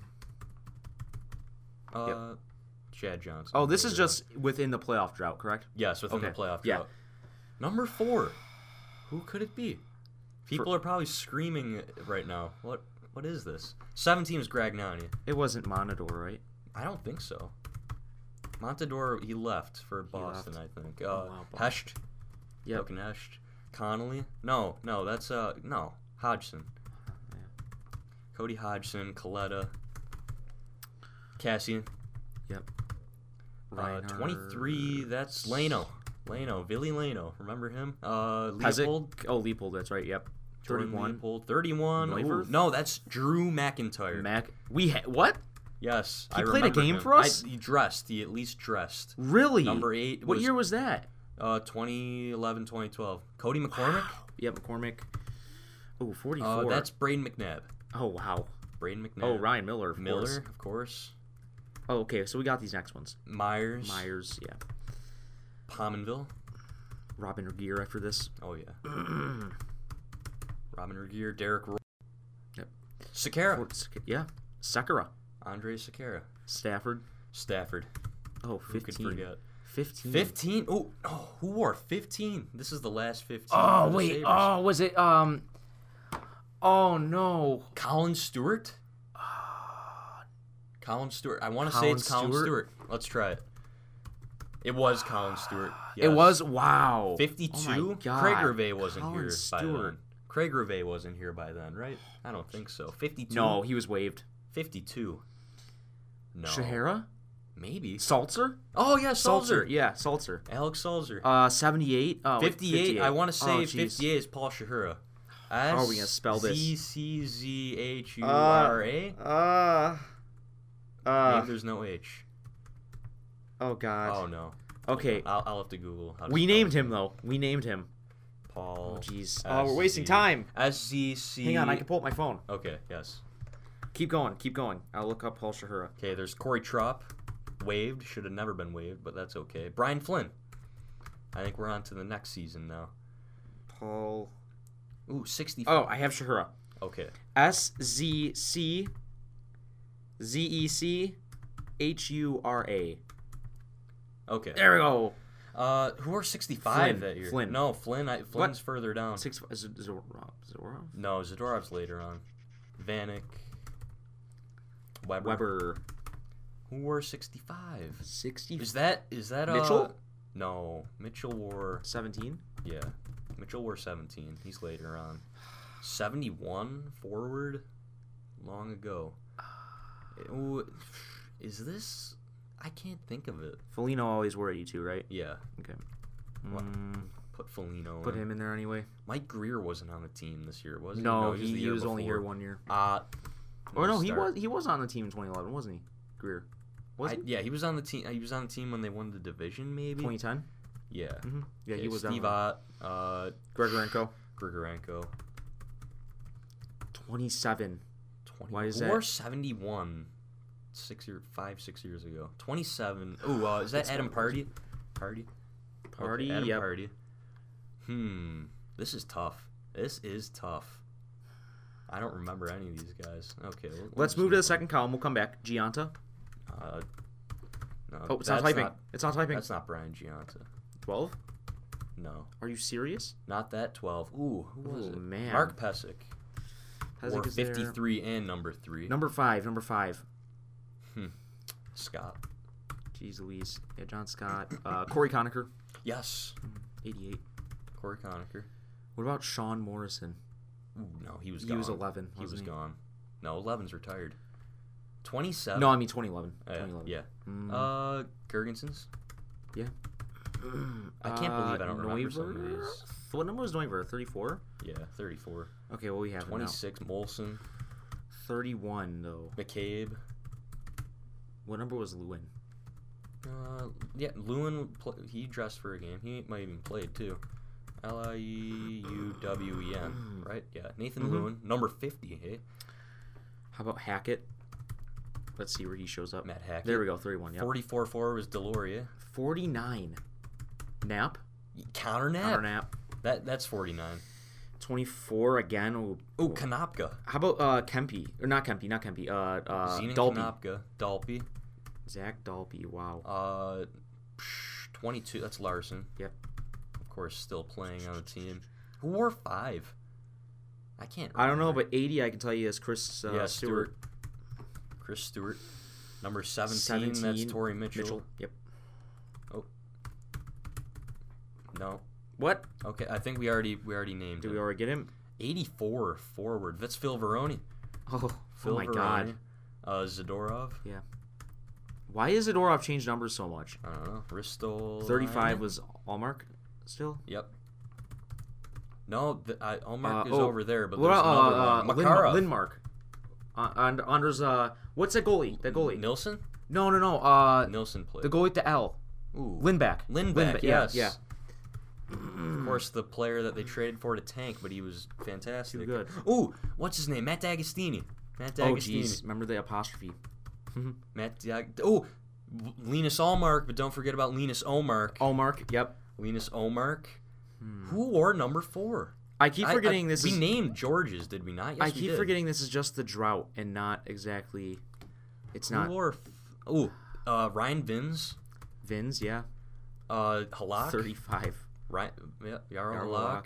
[SPEAKER 1] Uh, Chad Johnson.
[SPEAKER 2] Oh, this is
[SPEAKER 1] Later on.
[SPEAKER 2] just within the playoff drought, correct?
[SPEAKER 1] yes within
[SPEAKER 2] okay,
[SPEAKER 1] the playoff.
[SPEAKER 2] yeah.
[SPEAKER 1] drought. Number four. Who could it be? People are probably screaming right now. What? What is this? Seventeen is Gragnani.
[SPEAKER 2] It wasn't Monador, right?
[SPEAKER 1] I don't think so. Montador, he left for Boston, I think. Uh,
[SPEAKER 2] Oh, wow, Boston.
[SPEAKER 1] Hesht,
[SPEAKER 2] Yep.
[SPEAKER 1] Duncan Hesht, Connolly. No, no, that's uh, no Hodgson.
[SPEAKER 2] Yeah.
[SPEAKER 1] Cody Hodgson, Coletta, Cassian.
[SPEAKER 2] Yep.
[SPEAKER 1] Uh,
[SPEAKER 2] Reinhardt.
[SPEAKER 1] 23, that's Leno. Leno, Billy Leno. Remember him? Uh,
[SPEAKER 2] Has it-
[SPEAKER 1] Leopold.
[SPEAKER 2] Oh, Leopold. That's right. Yep.
[SPEAKER 1] Jordan
[SPEAKER 2] Thirty-one.
[SPEAKER 1] Leopold. 31. Ooh,
[SPEAKER 2] Neuwirth?
[SPEAKER 1] no, that's Drew McIntyre.
[SPEAKER 2] Mac. We ha- what?
[SPEAKER 1] yes.
[SPEAKER 2] He
[SPEAKER 1] I
[SPEAKER 2] played a
[SPEAKER 1] remember
[SPEAKER 2] game
[SPEAKER 1] him.
[SPEAKER 2] for
[SPEAKER 1] I-
[SPEAKER 2] us?
[SPEAKER 1] he dressed. He at least dressed.
[SPEAKER 2] Really?
[SPEAKER 1] Number eight
[SPEAKER 2] What
[SPEAKER 1] was-
[SPEAKER 2] year was that?
[SPEAKER 1] Uh, 2011, 2012. Cody McCormick?
[SPEAKER 2] Yep. McCormick. Oh, 44.
[SPEAKER 1] Uh, that's Braden McNabb.
[SPEAKER 2] Oh wow.
[SPEAKER 1] Braden McNabb.
[SPEAKER 2] Oh, Ryan Miller. Of
[SPEAKER 1] Miller,
[SPEAKER 2] Course.
[SPEAKER 1] of course.
[SPEAKER 2] Oh, okay. So we got these next ones.
[SPEAKER 1] Myers.
[SPEAKER 2] Myers. Yeah.
[SPEAKER 1] Pominville.
[SPEAKER 2] Robin Regier after this.
[SPEAKER 1] Oh, yeah. Robin Regier. Derek Roy.
[SPEAKER 2] Yep.
[SPEAKER 1] Sakara.
[SPEAKER 2] Forts- Yeah. Sakura.
[SPEAKER 1] Andre Sakara.
[SPEAKER 2] Stafford.
[SPEAKER 1] Stafford.
[SPEAKER 2] Oh,
[SPEAKER 1] Who could
[SPEAKER 2] 15.
[SPEAKER 1] forget?
[SPEAKER 2] 15.
[SPEAKER 1] 15? Oh, oh, who wore 15? This is the last 15.
[SPEAKER 2] Oh
[SPEAKER 1] for the
[SPEAKER 2] wait.
[SPEAKER 1] Sabres.
[SPEAKER 2] Oh, was it um? Oh no.
[SPEAKER 1] Colin Stewart? Colin Stewart. I want to say
[SPEAKER 2] Ah. Colin
[SPEAKER 1] it's Colin
[SPEAKER 2] Stewart?
[SPEAKER 1] Stewart. Let's try it. It was Colin Stewart.
[SPEAKER 2] It
[SPEAKER 1] yes.
[SPEAKER 2] was wow.
[SPEAKER 1] 52
[SPEAKER 2] Oh my
[SPEAKER 1] craig
[SPEAKER 2] God.
[SPEAKER 1] Gervais wasn't
[SPEAKER 2] Colin
[SPEAKER 1] here by
[SPEAKER 2] Stewart.
[SPEAKER 1] then craig Gervais wasn't here by then right i don't think so 52
[SPEAKER 2] No, he was waived.
[SPEAKER 1] 52 no
[SPEAKER 2] Shahara?
[SPEAKER 1] maybe
[SPEAKER 2] Salzer?
[SPEAKER 1] oh yeah salzer
[SPEAKER 2] Yeah, Salzer.
[SPEAKER 1] alex salzer
[SPEAKER 2] Uh, 78. Oh, wait,
[SPEAKER 1] 58, i want to say
[SPEAKER 2] Oh, jeez.
[SPEAKER 1] 58 is paul shahura
[SPEAKER 2] How are we gonna spell this?
[SPEAKER 1] z-c-z-h-u-r-a
[SPEAKER 2] Uh, uh,
[SPEAKER 1] eh? Maybe there's no h
[SPEAKER 2] oh, God.
[SPEAKER 1] oh no
[SPEAKER 2] okay.
[SPEAKER 1] i'll, I'll have to google how to
[SPEAKER 2] We
[SPEAKER 1] spell
[SPEAKER 2] named
[SPEAKER 1] it.
[SPEAKER 2] him, though. We named him.
[SPEAKER 1] paul
[SPEAKER 2] jeez. Oh, we're wasting time.
[SPEAKER 1] s-z-c
[SPEAKER 2] Hang on, I can pull up my phone.
[SPEAKER 1] okay yes
[SPEAKER 2] Keep going, keep going. I'll look up Paul Shahura.
[SPEAKER 1] okay there's corey Trop. waived. Should have never been waived, but that's okay. Brian Flynn. I think we're on to the next season now.
[SPEAKER 2] Paul.
[SPEAKER 1] Ooh, 60.
[SPEAKER 2] Oh, I have Shahura.
[SPEAKER 1] Okay.
[SPEAKER 2] S Z C Z E C H U R A.
[SPEAKER 1] Okay.
[SPEAKER 2] There we go.
[SPEAKER 1] Uh, who are 65
[SPEAKER 2] Flynn,
[SPEAKER 1] that year?
[SPEAKER 2] Flynn.
[SPEAKER 1] No, Flynn. I, Flynn's further down.
[SPEAKER 2] Six Z- Zorov. Zorov.
[SPEAKER 1] No, Zadorov's later on. Vanek. Weber.
[SPEAKER 2] Weber.
[SPEAKER 1] Who were 65?
[SPEAKER 2] Sixty.
[SPEAKER 1] Is that is that uh,
[SPEAKER 2] Mitchell?
[SPEAKER 1] No, Mitchell wore
[SPEAKER 2] Seventeen.
[SPEAKER 1] yeah. Mitchell wore 17. He's later on. 71 forward, long ago. It- ooh, Is this? I can't think of it.
[SPEAKER 2] Felino always wore eighty-two, right?
[SPEAKER 1] Yeah,
[SPEAKER 2] Okay.
[SPEAKER 1] What?
[SPEAKER 2] Mm,
[SPEAKER 1] put Foligno.
[SPEAKER 2] put
[SPEAKER 1] in.
[SPEAKER 2] him in there anyway.
[SPEAKER 1] Mike Greer wasn't on the team this year, was he?
[SPEAKER 2] No,
[SPEAKER 1] was
[SPEAKER 2] he,
[SPEAKER 1] the
[SPEAKER 2] he
[SPEAKER 1] year
[SPEAKER 2] was only
[SPEAKER 1] before.
[SPEAKER 2] here one year.
[SPEAKER 1] Uh,
[SPEAKER 2] Or no, he
[SPEAKER 1] start.
[SPEAKER 2] was he was on the team in 2011, wasn't he? Greer. Was
[SPEAKER 1] I-
[SPEAKER 2] he?
[SPEAKER 1] yeah, he was on the team. He was on the team when they won the division, maybe.
[SPEAKER 2] 2010.
[SPEAKER 1] Yeah.
[SPEAKER 2] hmm Yeah,
[SPEAKER 1] Okay,
[SPEAKER 2] he was
[SPEAKER 1] Steve
[SPEAKER 2] on
[SPEAKER 1] Ott, uh,
[SPEAKER 2] Gregorenko.
[SPEAKER 1] Grigorenko.
[SPEAKER 2] 27.
[SPEAKER 1] 20,
[SPEAKER 2] Why is
[SPEAKER 1] Who wore
[SPEAKER 2] that?
[SPEAKER 1] 71 six year, five, six years ago. 27. Ooh, uh, is that
[SPEAKER 2] It's
[SPEAKER 1] Adam
[SPEAKER 2] one of
[SPEAKER 1] Party? Party?
[SPEAKER 2] Party,
[SPEAKER 1] Adam
[SPEAKER 2] yep.
[SPEAKER 1] Party. Hmm. This is tough. This is tough. I don't remember any of these guys. Okay. we'll- we'll
[SPEAKER 2] Let's
[SPEAKER 1] just
[SPEAKER 2] move to the
[SPEAKER 1] move
[SPEAKER 2] second column. We'll come back. Gianta.
[SPEAKER 1] on. Uh, no,
[SPEAKER 2] Oh, it's not
[SPEAKER 1] that's
[SPEAKER 2] typing.
[SPEAKER 1] Not,
[SPEAKER 2] it's not typing.
[SPEAKER 1] that's not Brian Gianta.
[SPEAKER 2] 12?
[SPEAKER 1] No.
[SPEAKER 2] Are you serious?
[SPEAKER 1] Not that 12. Ooh, who was
[SPEAKER 2] Ooh,
[SPEAKER 1] it?
[SPEAKER 2] man.
[SPEAKER 1] Mark Pesic.
[SPEAKER 2] How's it
[SPEAKER 1] Or
[SPEAKER 2] is there?
[SPEAKER 1] 53 and number 3.
[SPEAKER 2] Number five. Number five.
[SPEAKER 1] Scott.
[SPEAKER 2] Jeez Louise. Yeah, John Scott. Uh, Corey Conacher.
[SPEAKER 1] Yes.
[SPEAKER 2] 88.
[SPEAKER 1] Corey Conacher.
[SPEAKER 2] What about Sean Morrison?
[SPEAKER 1] Ooh, no, he was
[SPEAKER 2] He
[SPEAKER 1] gone.
[SPEAKER 2] was 11.
[SPEAKER 1] He was
[SPEAKER 2] wasn't
[SPEAKER 1] gone. No, 11's retired. 27.
[SPEAKER 2] No, I mean 2011.
[SPEAKER 1] Uh,
[SPEAKER 2] 2011.
[SPEAKER 1] yeah.
[SPEAKER 2] Mm.
[SPEAKER 1] Uh, Gergensen's. I can't believe I don't remember some of
[SPEAKER 2] Uh, Neuwirth?
[SPEAKER 1] these.
[SPEAKER 2] What number was Neuver? 34?
[SPEAKER 1] Yeah, 34.
[SPEAKER 2] Okay, well, we have him now.
[SPEAKER 1] 26. Molson.
[SPEAKER 2] 31, though.
[SPEAKER 1] McCabe.
[SPEAKER 2] What number was Lewin?
[SPEAKER 1] Uh, yeah, Lewin, pl- he dressed for a game. He might even played, too. E
[SPEAKER 2] Mm.
[SPEAKER 1] L-I-E-U-W-E-N, right? Yeah, Nathan
[SPEAKER 2] Mhm.
[SPEAKER 1] Lewin, number 50, hey?
[SPEAKER 2] How about Hackett? Let's see where he shows up.
[SPEAKER 1] Matt Hackett.
[SPEAKER 2] There we go, 31, yeah.
[SPEAKER 1] 44 4 was Deloria.
[SPEAKER 2] 49. Nap?
[SPEAKER 1] Counter nap.
[SPEAKER 2] Counter nap.
[SPEAKER 1] That, that's 49.
[SPEAKER 2] 24 again. Oh,
[SPEAKER 1] Ooh, Kanopka.
[SPEAKER 2] How about uh, Kempe? Or not Kempe, not Kempe. Uh, uh,
[SPEAKER 1] Zenon
[SPEAKER 2] Dalby.
[SPEAKER 1] Kanopka. Dalby.
[SPEAKER 2] Zach Dalby, wow.
[SPEAKER 1] Uh, psh, 22. That's Larson.
[SPEAKER 2] Yep.
[SPEAKER 1] Of course, still playing on the team. Who wore five? I can't.
[SPEAKER 2] I don't know,
[SPEAKER 1] remember.
[SPEAKER 2] but 80 I can tell you is Chris uh,
[SPEAKER 1] yeah,
[SPEAKER 2] Stewart.
[SPEAKER 1] Stewart. Chris Stewart. Number 17, That's
[SPEAKER 2] 17,
[SPEAKER 1] Tori Mitchell.
[SPEAKER 2] Mitchell. Yep.
[SPEAKER 1] No.
[SPEAKER 2] What?
[SPEAKER 1] Okay, I think we already we already named
[SPEAKER 2] Did
[SPEAKER 1] him.
[SPEAKER 2] we already get him?
[SPEAKER 1] 84 forward. That's Phil Veroni.
[SPEAKER 2] Oh,
[SPEAKER 1] Phil
[SPEAKER 2] oh my god.
[SPEAKER 1] Veroni. Uh, Zadorov.
[SPEAKER 2] Why is Zadorov changed numbers so much?
[SPEAKER 1] I don't know. Bristol.
[SPEAKER 2] 35 was Allmark still?
[SPEAKER 1] Yep. No, th- I, Allmark
[SPEAKER 2] Uh,
[SPEAKER 1] is
[SPEAKER 2] oh,
[SPEAKER 1] over there, but
[SPEAKER 2] What
[SPEAKER 1] there's
[SPEAKER 2] about
[SPEAKER 1] another
[SPEAKER 2] uh, uh,
[SPEAKER 1] one.
[SPEAKER 2] Lin-
[SPEAKER 1] Makarov.
[SPEAKER 2] Lindmark? Uh, and Anders, uh, what's that goalie? That goalie?
[SPEAKER 1] Nilsson?
[SPEAKER 2] No, no, no. Uh,
[SPEAKER 1] Nilsson played.
[SPEAKER 2] the goalie with the L.
[SPEAKER 1] Ooh.
[SPEAKER 2] Lindback.
[SPEAKER 1] Lindback,
[SPEAKER 2] yeah,
[SPEAKER 1] yes.
[SPEAKER 2] Yeah,
[SPEAKER 1] Of course, the player that they traded for to tank, but he was fantastic.
[SPEAKER 2] Too good.
[SPEAKER 1] Ooh, what's his name? Matt D'Agostini. Matt
[SPEAKER 2] Oh,
[SPEAKER 1] D'Agostini.
[SPEAKER 2] jeez. Remember the apostrophe.
[SPEAKER 1] Matt Dag. Oh, Linus Allmark, but don't forget about Linus Omark.
[SPEAKER 2] Allmark, Oh, yep.
[SPEAKER 1] Linus Omark. Who wore number four?
[SPEAKER 2] I Hmm. keep
[SPEAKER 1] I- I-
[SPEAKER 2] forgetting this
[SPEAKER 1] We
[SPEAKER 2] is.
[SPEAKER 1] named Georges, did we not? Yes,
[SPEAKER 2] I
[SPEAKER 1] we
[SPEAKER 2] keep
[SPEAKER 1] did.
[SPEAKER 2] forgetting this is just the drought and not exactly. It's
[SPEAKER 1] Who
[SPEAKER 2] not
[SPEAKER 1] wore? F- oh, uh, Ryan Vins.
[SPEAKER 2] Vins, yeah.
[SPEAKER 1] Uh, Halak.
[SPEAKER 2] 35.
[SPEAKER 1] Ryan, yeah, Yarrow
[SPEAKER 2] Yarrow
[SPEAKER 1] Halak.
[SPEAKER 2] Halak.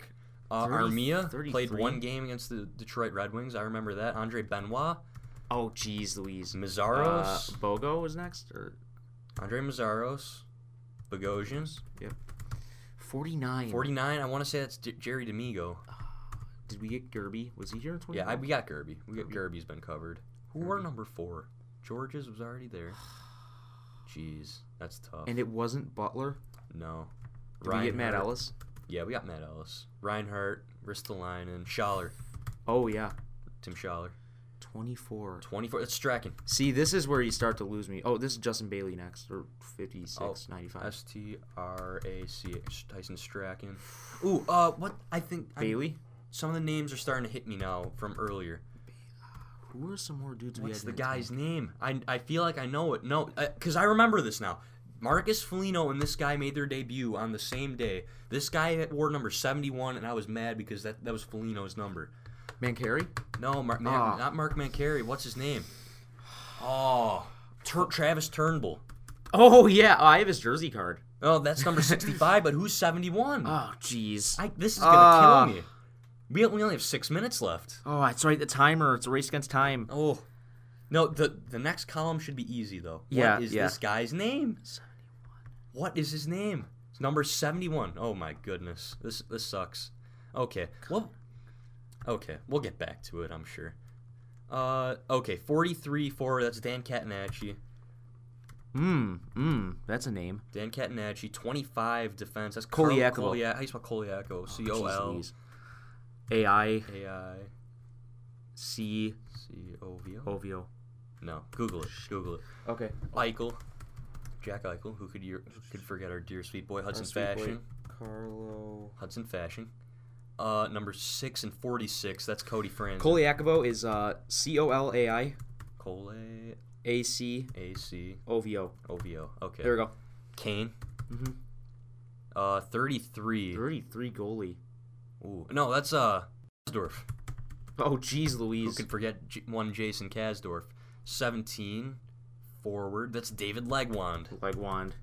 [SPEAKER 1] Uh,
[SPEAKER 2] 30
[SPEAKER 1] Armia played
[SPEAKER 2] 33.
[SPEAKER 1] one game against the Detroit Red Wings. I remember that. Andre Benoit.
[SPEAKER 2] Oh, jeez, Louise. Uh,
[SPEAKER 1] Mazaros.
[SPEAKER 2] Bogo was next, or Uh,
[SPEAKER 1] Andre Mazzaros, Bogosian.
[SPEAKER 2] 49.
[SPEAKER 1] 49, I want to say that's J- Jerry D'Amigo.
[SPEAKER 2] Did we get Gerby? Was he here in 20?
[SPEAKER 1] Yeah, I, we got Gerby. We got Gerby's been covered. Who were
[SPEAKER 2] Gerby.
[SPEAKER 1] number four? George's was already there. Jeez, that's tough.
[SPEAKER 2] and it wasn't Butler.
[SPEAKER 1] no.
[SPEAKER 2] Did we get Matt
[SPEAKER 1] Reinhardt.
[SPEAKER 2] Ellis?
[SPEAKER 1] Yeah, we got Matt Ellis. Reinhardt, Ristolainen, Schaller.
[SPEAKER 2] Oh yeah,
[SPEAKER 1] Tim Schaller.
[SPEAKER 2] 24.
[SPEAKER 1] 24. That's Strachan.
[SPEAKER 2] See, this is where you start to lose me. Oh, this is Justin Bailey next, or 56,
[SPEAKER 1] Oh,
[SPEAKER 2] 95.
[SPEAKER 1] S T R A C H. Tyson Strachan. Ooh, uh, what? I think. I'm-
[SPEAKER 2] Bailey.
[SPEAKER 1] some of the names are starting to hit me now from earlier.
[SPEAKER 2] Who are some more dudes? we
[SPEAKER 1] What's
[SPEAKER 2] had
[SPEAKER 1] the
[SPEAKER 2] in that
[SPEAKER 1] guy's name? I, I feel like I know it. No, because I remember this now. Marcus Foligno and this guy made their debut on the same day. This guy wore number 71, and I was mad because that, that was Foligno's number.
[SPEAKER 2] team? Mancari?
[SPEAKER 1] No, Mark, Man,
[SPEAKER 2] Ah.
[SPEAKER 1] not Mark Mancari. What's his name? Oh, Tur- Travis Turnbull.
[SPEAKER 2] Oh yeah, I have his jersey card.
[SPEAKER 1] Oh, that's number 65, but who's 71?
[SPEAKER 2] Oh jeez.
[SPEAKER 1] I, this is going to
[SPEAKER 2] Ah.
[SPEAKER 1] kill me. We, we only have six minutes left.
[SPEAKER 2] Oh, it's right. The timer. It's a race against time.
[SPEAKER 1] Oh. No, the the next column should be easy though.
[SPEAKER 2] Yeah,
[SPEAKER 1] what is
[SPEAKER 2] yeah.
[SPEAKER 1] this guy's name? What is his name? It's number 71. Oh my goodness. This this sucks. Okay. Well Okay, we'll get back to it, I'm sure. Uh okay, 43 4, that's Dan Catenacci.
[SPEAKER 2] Mmm. Mmm. That's a name.
[SPEAKER 1] Dan Catenacci, 25 defense. That's
[SPEAKER 2] Koliakovo.
[SPEAKER 1] Koliak. How do you spell Koliako? C O
[SPEAKER 2] Oh,
[SPEAKER 1] L
[SPEAKER 2] A I
[SPEAKER 1] A I
[SPEAKER 2] C
[SPEAKER 1] C O V O.
[SPEAKER 2] O V O.
[SPEAKER 1] No, Google it. Google it.
[SPEAKER 2] Okay.
[SPEAKER 1] Eichel, Jack Eichel, who could you who could forget our dear sweet boy Hudson
[SPEAKER 2] sweet boy.
[SPEAKER 1] Fashion,
[SPEAKER 2] Carlo.
[SPEAKER 1] Hudson Fashion, uh, number six and forty six. That's Cody Franz.
[SPEAKER 2] Koliakovo is uh C O L A I
[SPEAKER 1] Cole
[SPEAKER 2] A C
[SPEAKER 1] A C
[SPEAKER 2] O V O.
[SPEAKER 1] O V O. Okay.
[SPEAKER 2] There we go.
[SPEAKER 1] Kane,
[SPEAKER 2] Mm-hmm.
[SPEAKER 1] uh, thirty three.
[SPEAKER 2] Thirty-three goalie.
[SPEAKER 1] Ooh, no, that's uh, Kasdorf.
[SPEAKER 2] Oh jeez,
[SPEAKER 1] Who
[SPEAKER 2] Louise.
[SPEAKER 1] could forget J- one Jason Kasdorf? Seventeen, forward. That's David Legwand.
[SPEAKER 2] Like wand.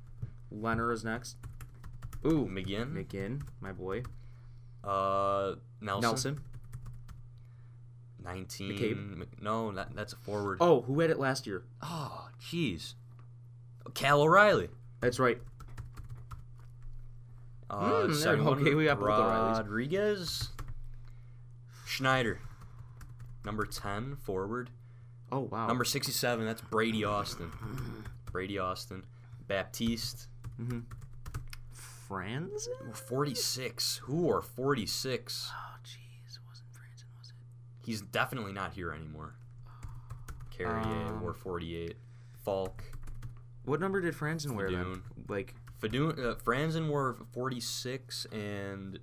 [SPEAKER 2] Leonard is next. Ooh,
[SPEAKER 1] McGinn,
[SPEAKER 2] McGinn, my boy.
[SPEAKER 1] uh, Nelson,
[SPEAKER 2] Nelson.
[SPEAKER 1] nineteen.
[SPEAKER 2] McCabe.
[SPEAKER 1] Mc- No, that, that's a forward.
[SPEAKER 2] Oh, who had it last year?
[SPEAKER 1] Oh, jeez. Cal O'Reilly.
[SPEAKER 2] That's right.
[SPEAKER 1] Uh,
[SPEAKER 2] Hmm, there-
[SPEAKER 1] second one,
[SPEAKER 2] okay, we got both O'Reillys.
[SPEAKER 1] Rodriguez. Schneider. Number 10, forward.
[SPEAKER 2] Oh wow.
[SPEAKER 1] Number 67, that's Brady Austin. Brady Austin. Baptiste.
[SPEAKER 2] hmm Franz?
[SPEAKER 1] Ooh, 46. Who are 46?
[SPEAKER 2] Oh jeez, wasn't Franz, was it?
[SPEAKER 1] He's definitely not here anymore. Carrier
[SPEAKER 2] Um,
[SPEAKER 1] wore 48. Falk.
[SPEAKER 2] What number did Franz wear then?
[SPEAKER 1] Fadoon.
[SPEAKER 2] Like
[SPEAKER 1] Fadoon, uh, Franzen wore 46 and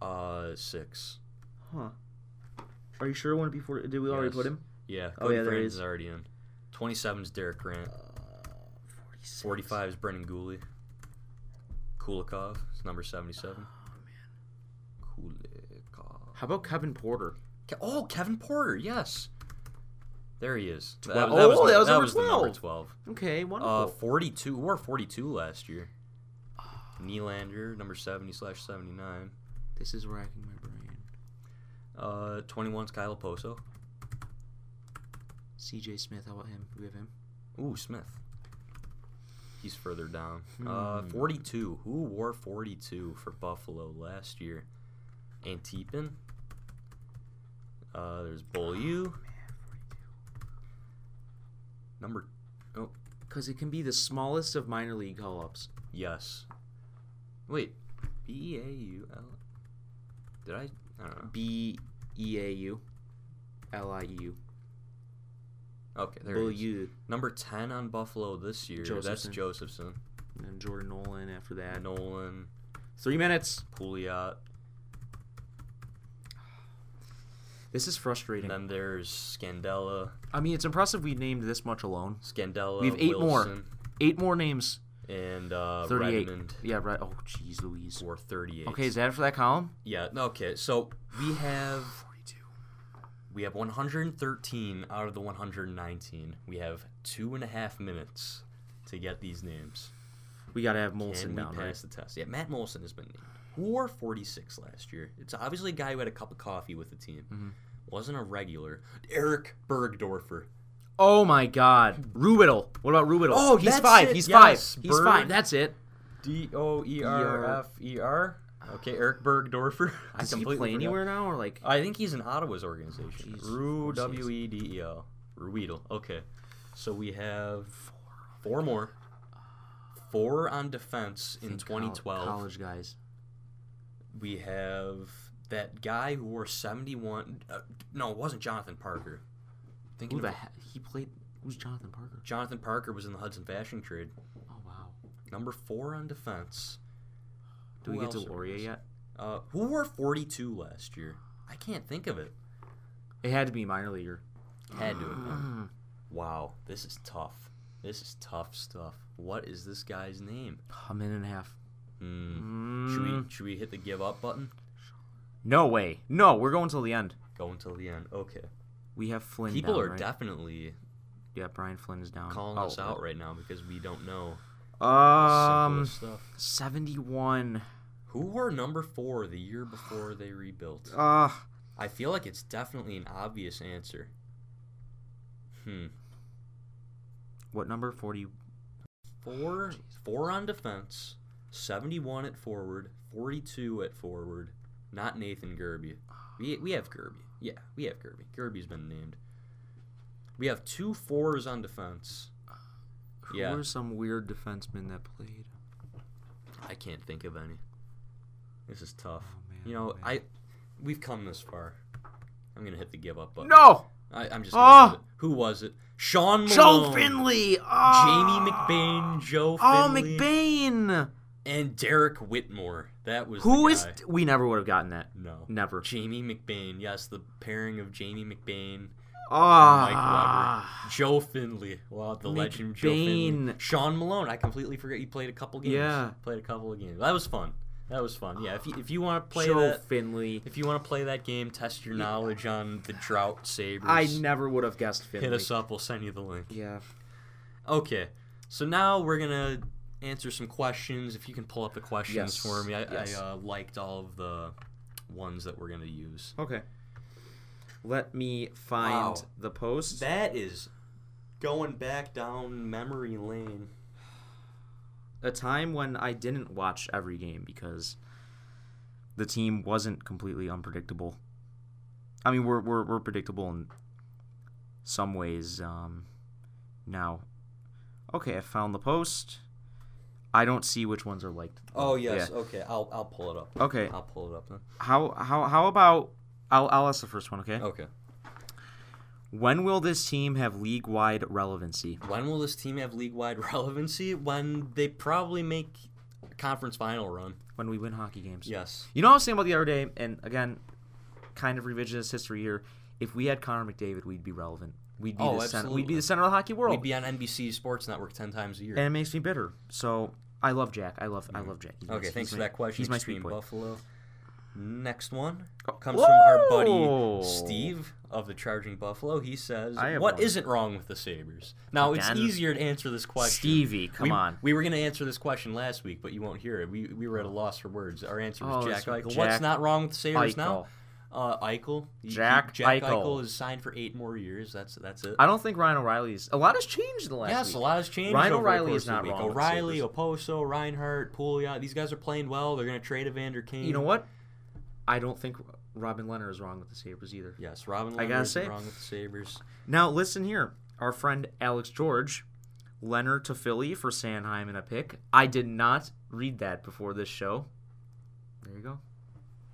[SPEAKER 1] uh 6.
[SPEAKER 2] Huh. Are you sure it wouldn't be for? Did we already
[SPEAKER 1] Yes.
[SPEAKER 2] put him?
[SPEAKER 1] Yeah,
[SPEAKER 2] Oh,
[SPEAKER 1] Cody
[SPEAKER 2] yeah, there
[SPEAKER 1] Franz
[SPEAKER 2] is.
[SPEAKER 1] is already in. 27 is Derek Grant.
[SPEAKER 2] Uh, 46.
[SPEAKER 1] 45 is Brendan Gooley. Kulikov is number 77.
[SPEAKER 2] Oh,
[SPEAKER 1] Kulikov.
[SPEAKER 2] How about Kevin Porter?
[SPEAKER 1] Ke- Oh, Kevin Porter, yes. There he is. That-
[SPEAKER 2] Twelve-
[SPEAKER 1] That, was,
[SPEAKER 2] oh,
[SPEAKER 1] the-
[SPEAKER 2] that was
[SPEAKER 1] that
[SPEAKER 2] number
[SPEAKER 1] was the number
[SPEAKER 2] 12.
[SPEAKER 1] 12.
[SPEAKER 2] Okay, wonderful.
[SPEAKER 1] Uh, 42. We were 42 last year. Nylander, number 70 slash 79.
[SPEAKER 2] this is racking my brain.
[SPEAKER 1] Uh, 21 is Kyle Poso.
[SPEAKER 2] C.J. Smith, how about him? Do we have him?
[SPEAKER 1] Ooh, Smith. He's further down. Uh,
[SPEAKER 2] Hmm.
[SPEAKER 1] 42. Who wore 42 for Buffalo last year? Antipin. Uh, there's
[SPEAKER 2] Oh,
[SPEAKER 1] Beaulieu. Number. Oh,
[SPEAKER 2] Because it can be the smallest of minor league call-ups.
[SPEAKER 1] yes. Wait. B A U L. Did I? I don't know.
[SPEAKER 2] B E A U L I E U.
[SPEAKER 1] Okay, there
[SPEAKER 2] Will
[SPEAKER 1] it is.
[SPEAKER 2] you
[SPEAKER 1] Number 10 on Buffalo this year. That's
[SPEAKER 2] Josephson.
[SPEAKER 1] Josephson.
[SPEAKER 2] and Jordan Nolan after that?
[SPEAKER 1] Nolan.
[SPEAKER 2] Three minutes.
[SPEAKER 1] Pouliot.
[SPEAKER 2] This is frustrating.
[SPEAKER 1] Then there's Scandella.
[SPEAKER 2] I mean, it's impressive we named this much alone.
[SPEAKER 1] Scandella.
[SPEAKER 2] We have eight more.
[SPEAKER 1] Wilson,
[SPEAKER 2] Eight more names.
[SPEAKER 1] And uh,
[SPEAKER 2] 38.
[SPEAKER 1] Redmond
[SPEAKER 2] Yeah, right. Oh, jeez, Louise.
[SPEAKER 1] for 38.
[SPEAKER 2] Okay, is that it for that column?
[SPEAKER 1] Yeah. no, Okay. So we have
[SPEAKER 2] 42.
[SPEAKER 1] we have 113 out of the 119. We have two and a half minutes to get these names.
[SPEAKER 2] We got to have
[SPEAKER 1] Can
[SPEAKER 2] Molson
[SPEAKER 1] we
[SPEAKER 2] down,
[SPEAKER 1] pass
[SPEAKER 2] right?
[SPEAKER 1] the test? Yeah. Matt Molson has been named. Who wore 46 last year? It's obviously a guy who had a cup of coffee with the team.
[SPEAKER 2] Mm-hmm.
[SPEAKER 1] Wasn't a regular. Eric Bergdorfer.
[SPEAKER 2] Oh my God, Rubiddle. What about Rubiddle?
[SPEAKER 1] Oh,
[SPEAKER 2] he's
[SPEAKER 1] that's
[SPEAKER 2] five.
[SPEAKER 1] it.
[SPEAKER 2] He's
[SPEAKER 1] Yes,
[SPEAKER 2] five. He's
[SPEAKER 1] Bird.
[SPEAKER 2] five. That's it.
[SPEAKER 1] D O E R F E R. Okay, Eric Bergdorfer. I
[SPEAKER 2] Does he
[SPEAKER 1] completely
[SPEAKER 2] play
[SPEAKER 1] forgot.
[SPEAKER 2] anywhere now, or like?
[SPEAKER 1] I think he's in Ottawa's organization.
[SPEAKER 2] jeez, of
[SPEAKER 1] Rue
[SPEAKER 2] course he is.
[SPEAKER 1] W E D E L. Ruedel. Okay. So we have four more. Four on defense in
[SPEAKER 2] Think col-
[SPEAKER 1] 2012.
[SPEAKER 2] College guys.
[SPEAKER 1] We have that guy who wore 71. Uh, no, it wasn't Jonathan Parker. Thinking
[SPEAKER 2] Who the
[SPEAKER 1] of,
[SPEAKER 2] he- he played? Who's Jonathan Parker?
[SPEAKER 1] Jonathan Parker was in the Hudson Fashion Trade.
[SPEAKER 2] Oh wow.
[SPEAKER 1] Number four on defense.
[SPEAKER 2] Do
[SPEAKER 1] Who
[SPEAKER 2] we get to
[SPEAKER 1] else are we
[SPEAKER 2] Laurier
[SPEAKER 1] missing?
[SPEAKER 2] yet?
[SPEAKER 1] Uh, who wore 42 last year? I can't think of it.
[SPEAKER 2] It had to be minor leaguer.
[SPEAKER 1] Had to have been. Wow, this is tough. This is tough stuff. What is this guy's name?
[SPEAKER 2] A minute and a half.
[SPEAKER 1] Hmm. Should we should we hit the give up button?
[SPEAKER 2] No way. No, we're going till the end.
[SPEAKER 1] Go until the end. Okay.
[SPEAKER 2] We have Flynn.
[SPEAKER 1] People
[SPEAKER 2] down,
[SPEAKER 1] are
[SPEAKER 2] right?
[SPEAKER 1] definitely
[SPEAKER 2] Yeah, Brian Flynn is down.
[SPEAKER 1] calling
[SPEAKER 2] Oh,
[SPEAKER 1] us out right now because we don't know the
[SPEAKER 2] Um,
[SPEAKER 1] simplest stuff.
[SPEAKER 2] seventy-one.
[SPEAKER 1] Who were number four the year before they rebuilt?
[SPEAKER 2] Uh
[SPEAKER 1] I feel like it's definitely an obvious answer. Hmm.
[SPEAKER 2] what number? Forty. Oh,
[SPEAKER 1] Four, four on defense, seventy-one at forward, forty-two at forward. Not Nathan Gerby. We we have Gerby. Yeah, we have Gerby. Gerby's been named. We have two fours on defense.
[SPEAKER 2] Who
[SPEAKER 1] Yeah.
[SPEAKER 2] were some weird defensemen that played?
[SPEAKER 1] I can't think of any. This is tough.
[SPEAKER 2] man,
[SPEAKER 1] you know,
[SPEAKER 2] oh,
[SPEAKER 1] I we've come this far. I'm gonna hit the give up button.
[SPEAKER 2] No,
[SPEAKER 1] I, I'm just. Gonna
[SPEAKER 2] Oh!
[SPEAKER 1] do it. Who was it? Sean
[SPEAKER 2] Joe
[SPEAKER 1] Malone,
[SPEAKER 2] Finley.
[SPEAKER 1] Jamie
[SPEAKER 2] Ah.
[SPEAKER 1] McBain, Joe
[SPEAKER 2] Oh,
[SPEAKER 1] Finley,
[SPEAKER 2] McBain.
[SPEAKER 1] and Derek Whitmore. That was
[SPEAKER 2] Who
[SPEAKER 1] the
[SPEAKER 2] is?
[SPEAKER 1] guy.
[SPEAKER 2] we never would have gotten that.
[SPEAKER 1] no
[SPEAKER 2] Never.
[SPEAKER 1] Jamie McBain. Yes, the pairing of Jamie McBain,
[SPEAKER 2] Ah.
[SPEAKER 1] Joe Finley. Wow, the legend Joe Finley,
[SPEAKER 2] McBain.
[SPEAKER 1] Sean Malone. I completely forget he played a couple games.
[SPEAKER 2] Yeah.
[SPEAKER 1] played a couple of games. That was fun. That was fun. Yeah, if you, if you want to play
[SPEAKER 2] Joe
[SPEAKER 1] that.
[SPEAKER 2] Finley.
[SPEAKER 1] If you want to play that game, test your knowledge on the drought sabers.
[SPEAKER 2] I never would have guessed Finley.
[SPEAKER 1] hit us up. We'll send you the link.
[SPEAKER 2] Yeah.
[SPEAKER 1] Okay, so now we're gonna answer some questions. If you can pull up the questions
[SPEAKER 2] Yes,
[SPEAKER 1] for me, I,
[SPEAKER 2] yes.
[SPEAKER 1] I uh, liked all of the ones that we're gonna use.
[SPEAKER 2] Okay. Let me find
[SPEAKER 1] Wow.
[SPEAKER 2] the post.
[SPEAKER 1] That is going back down memory lane.
[SPEAKER 2] a time when I didn't watch every game because the team wasn't completely unpredictable. I mean, we're we're, we're predictable in some ways um, now. Okay, I found the post. I don't see which ones are liked.
[SPEAKER 1] Oh yes, Oh.
[SPEAKER 2] Yeah.
[SPEAKER 1] okay. I'll I'll pull it up.
[SPEAKER 2] Okay.
[SPEAKER 1] I'll pull it up then.
[SPEAKER 2] How how how about I'll I'll ask the first one. Okay.
[SPEAKER 1] Okay.
[SPEAKER 2] When will this team have league wide relevancy?
[SPEAKER 1] When will this team have league-wide relevancy? When they probably make a conference final run.
[SPEAKER 2] When we win hockey games.
[SPEAKER 1] Yes.
[SPEAKER 2] You know, what I was thinking about the other day, and again, kind of revisionist history here. If we had Connor McDavid, we'd be relevant. We'd be
[SPEAKER 1] Oh,
[SPEAKER 2] the center. We'd be
[SPEAKER 1] absolutely.
[SPEAKER 2] the center of the hockey world,
[SPEAKER 1] We'd be on NBC Sports Network ten times a year.
[SPEAKER 2] and it makes me bitter. So I love Jack. I love I love Jack. He's my-
[SPEAKER 1] Mm. Okay,
[SPEAKER 2] he's
[SPEAKER 1] thanks for
[SPEAKER 2] my-
[SPEAKER 1] that question.
[SPEAKER 2] He's my
[SPEAKER 1] Extreme
[SPEAKER 2] sweet boy.
[SPEAKER 1] Buffalo. Next one
[SPEAKER 2] Oh.
[SPEAKER 1] comes from our
[SPEAKER 2] Whoa.
[SPEAKER 1] buddy Steve of the Charging Buffalo. He says,
[SPEAKER 2] I have
[SPEAKER 1] "What
[SPEAKER 2] one.
[SPEAKER 1] not wrong with the Sabers?" Now
[SPEAKER 2] Again?
[SPEAKER 1] it's easier to answer this question.
[SPEAKER 2] Stevie, come
[SPEAKER 1] we,
[SPEAKER 2] on.
[SPEAKER 1] We were going to answer this question last week, but you won't hear it. We, we were at a loss for words. Our answer was
[SPEAKER 2] Oh,
[SPEAKER 1] Jack
[SPEAKER 2] that's right.
[SPEAKER 1] Eichel.
[SPEAKER 2] Jack
[SPEAKER 1] What's not wrong with the Sabers now?
[SPEAKER 2] Eichel.
[SPEAKER 1] Uh, Eichel. He- he-
[SPEAKER 2] Jack
[SPEAKER 1] Jack
[SPEAKER 2] Eichel.
[SPEAKER 1] Eichel is signed for eight more years. That's that's it.
[SPEAKER 2] I don't think Ryan O'Reilly's. A lot has changed in the last.
[SPEAKER 1] Yes,
[SPEAKER 2] week.
[SPEAKER 1] a lot has changed.
[SPEAKER 2] Ryan
[SPEAKER 1] over the
[SPEAKER 2] O'Reilly
[SPEAKER 1] course of
[SPEAKER 2] is
[SPEAKER 1] the
[SPEAKER 2] not
[SPEAKER 1] week.
[SPEAKER 2] wrong with the
[SPEAKER 1] O'Reilly,
[SPEAKER 2] Sabres.
[SPEAKER 1] Oposo, Reinhardt, Puglia. These guys are playing well. They're going to trade Evander Kane.
[SPEAKER 2] You know what? I don't think Robin Leonard is wrong with the Sabres either.
[SPEAKER 1] Yes, Robin
[SPEAKER 2] gotta
[SPEAKER 1] Leonard is
[SPEAKER 2] say-
[SPEAKER 1] wrong with the Sabres.
[SPEAKER 2] Now listen here, our friend Alex George, Leonard to Philly for Sanheim in a pick. I did not read that before this show. There you go.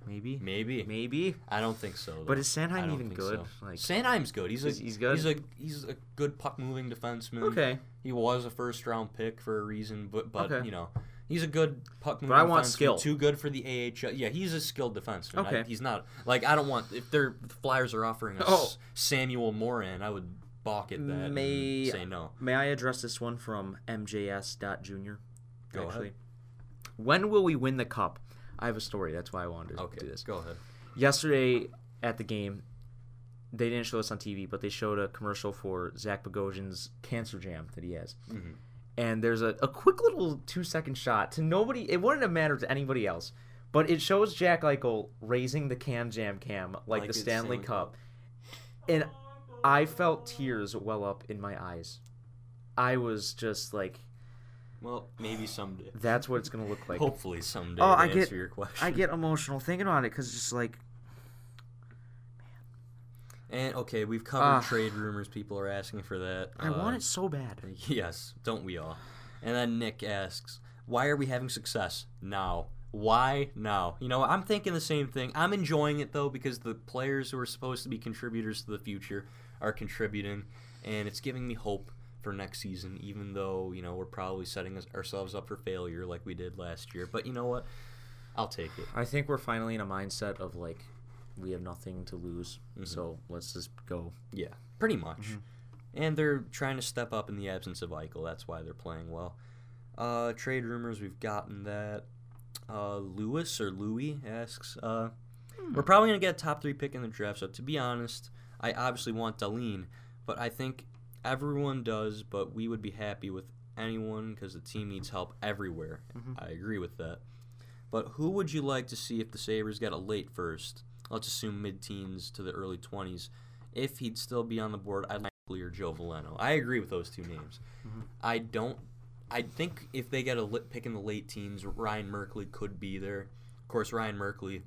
[SPEAKER 2] Maybe,
[SPEAKER 1] Maybe.
[SPEAKER 2] maybe.
[SPEAKER 1] I don't think so. Though.
[SPEAKER 2] But is Sanheim
[SPEAKER 1] I don't
[SPEAKER 2] even
[SPEAKER 1] think
[SPEAKER 2] good?
[SPEAKER 1] So.
[SPEAKER 2] Like-
[SPEAKER 1] Sanheim's good. He's a
[SPEAKER 2] Is- he's good?
[SPEAKER 1] He's a he's a good puck moving defenseman.
[SPEAKER 2] Okay.
[SPEAKER 1] He was a first round pick for a reason, but but
[SPEAKER 2] Okay.
[SPEAKER 1] you know he's a good puck moving.
[SPEAKER 2] I want
[SPEAKER 1] defenseman,
[SPEAKER 2] skill.
[SPEAKER 1] Too good for the AHL. Yeah, he's a skilled defenseman. I-
[SPEAKER 2] Okay.
[SPEAKER 1] he's not like I don't want if they're the Flyers are offering us
[SPEAKER 2] Oh.
[SPEAKER 1] Samuel Morin, I would balk at that.
[SPEAKER 2] May-
[SPEAKER 1] and say no.
[SPEAKER 2] May I address this one from MJS.Junior?
[SPEAKER 1] Go
[SPEAKER 2] actually. When will we win the cup? I have a story, that's why I wanted to
[SPEAKER 1] Okay,
[SPEAKER 2] do this.
[SPEAKER 1] go ahead.
[SPEAKER 2] Yesterday at the game, they didn't show this on TV, but they showed a commercial for Zach Bogosian's cancer jam that he has. And there's a, a quick little two second shot to nobody. It wouldn't have mattered to anybody else, but it shows Jack Eichel raising the can jam cam like,
[SPEAKER 1] Like
[SPEAKER 2] the
[SPEAKER 1] it's
[SPEAKER 2] Stanley
[SPEAKER 1] Stanley
[SPEAKER 2] Cup. And I felt tears well up in my eyes. I was just like,
[SPEAKER 1] Well, maybe someday.
[SPEAKER 2] that's what it's going to look like.
[SPEAKER 1] Hopefully someday.
[SPEAKER 2] Oh,
[SPEAKER 1] to
[SPEAKER 2] I get-
[SPEAKER 1] answer your question.
[SPEAKER 2] I get emotional thinking about it because it's just like,
[SPEAKER 1] And okay, we've covered
[SPEAKER 2] Ah.
[SPEAKER 1] trade rumors. People are asking for that.
[SPEAKER 2] I want it so bad.
[SPEAKER 1] it. Yes, don't we all? And then Nick asks, "Why are we having success now? Why now?" You know, I'm thinking the same thing. I'm enjoying it though because the players who are supposed to be contributors to the future are contributing, and it's giving me hope for next season. Even though you know we're probably setting us- ourselves up for failure like we did last year, but you know what? I'll take it.
[SPEAKER 2] I think we're finally in a mindset of like we have nothing to lose,
[SPEAKER 1] Mm-hmm.
[SPEAKER 2] so let's just go.
[SPEAKER 1] Yeah, pretty much. And they're trying to step up in the absence of Eichel. That's why they're playing well. Uh, trade rumors we've gotten that uh, Lewis or Louis asks, uh, we're probably gonna get a top three pick in the draft. So to be honest, I obviously want Daleen, but I think everyone does. But we would be happy with anyone because the team needs help everywhere. I agree with that. But who would you like to see if the Sabres got a late first? Let's assume mid teens to the early 20s. If he'd still be on the board, I'd like Lee or Joe Valeno. I agree with those two names. I don't. I think if they get a lit pick in the late teens, Ryan Merkley could be there. Of course, Ryan Merkley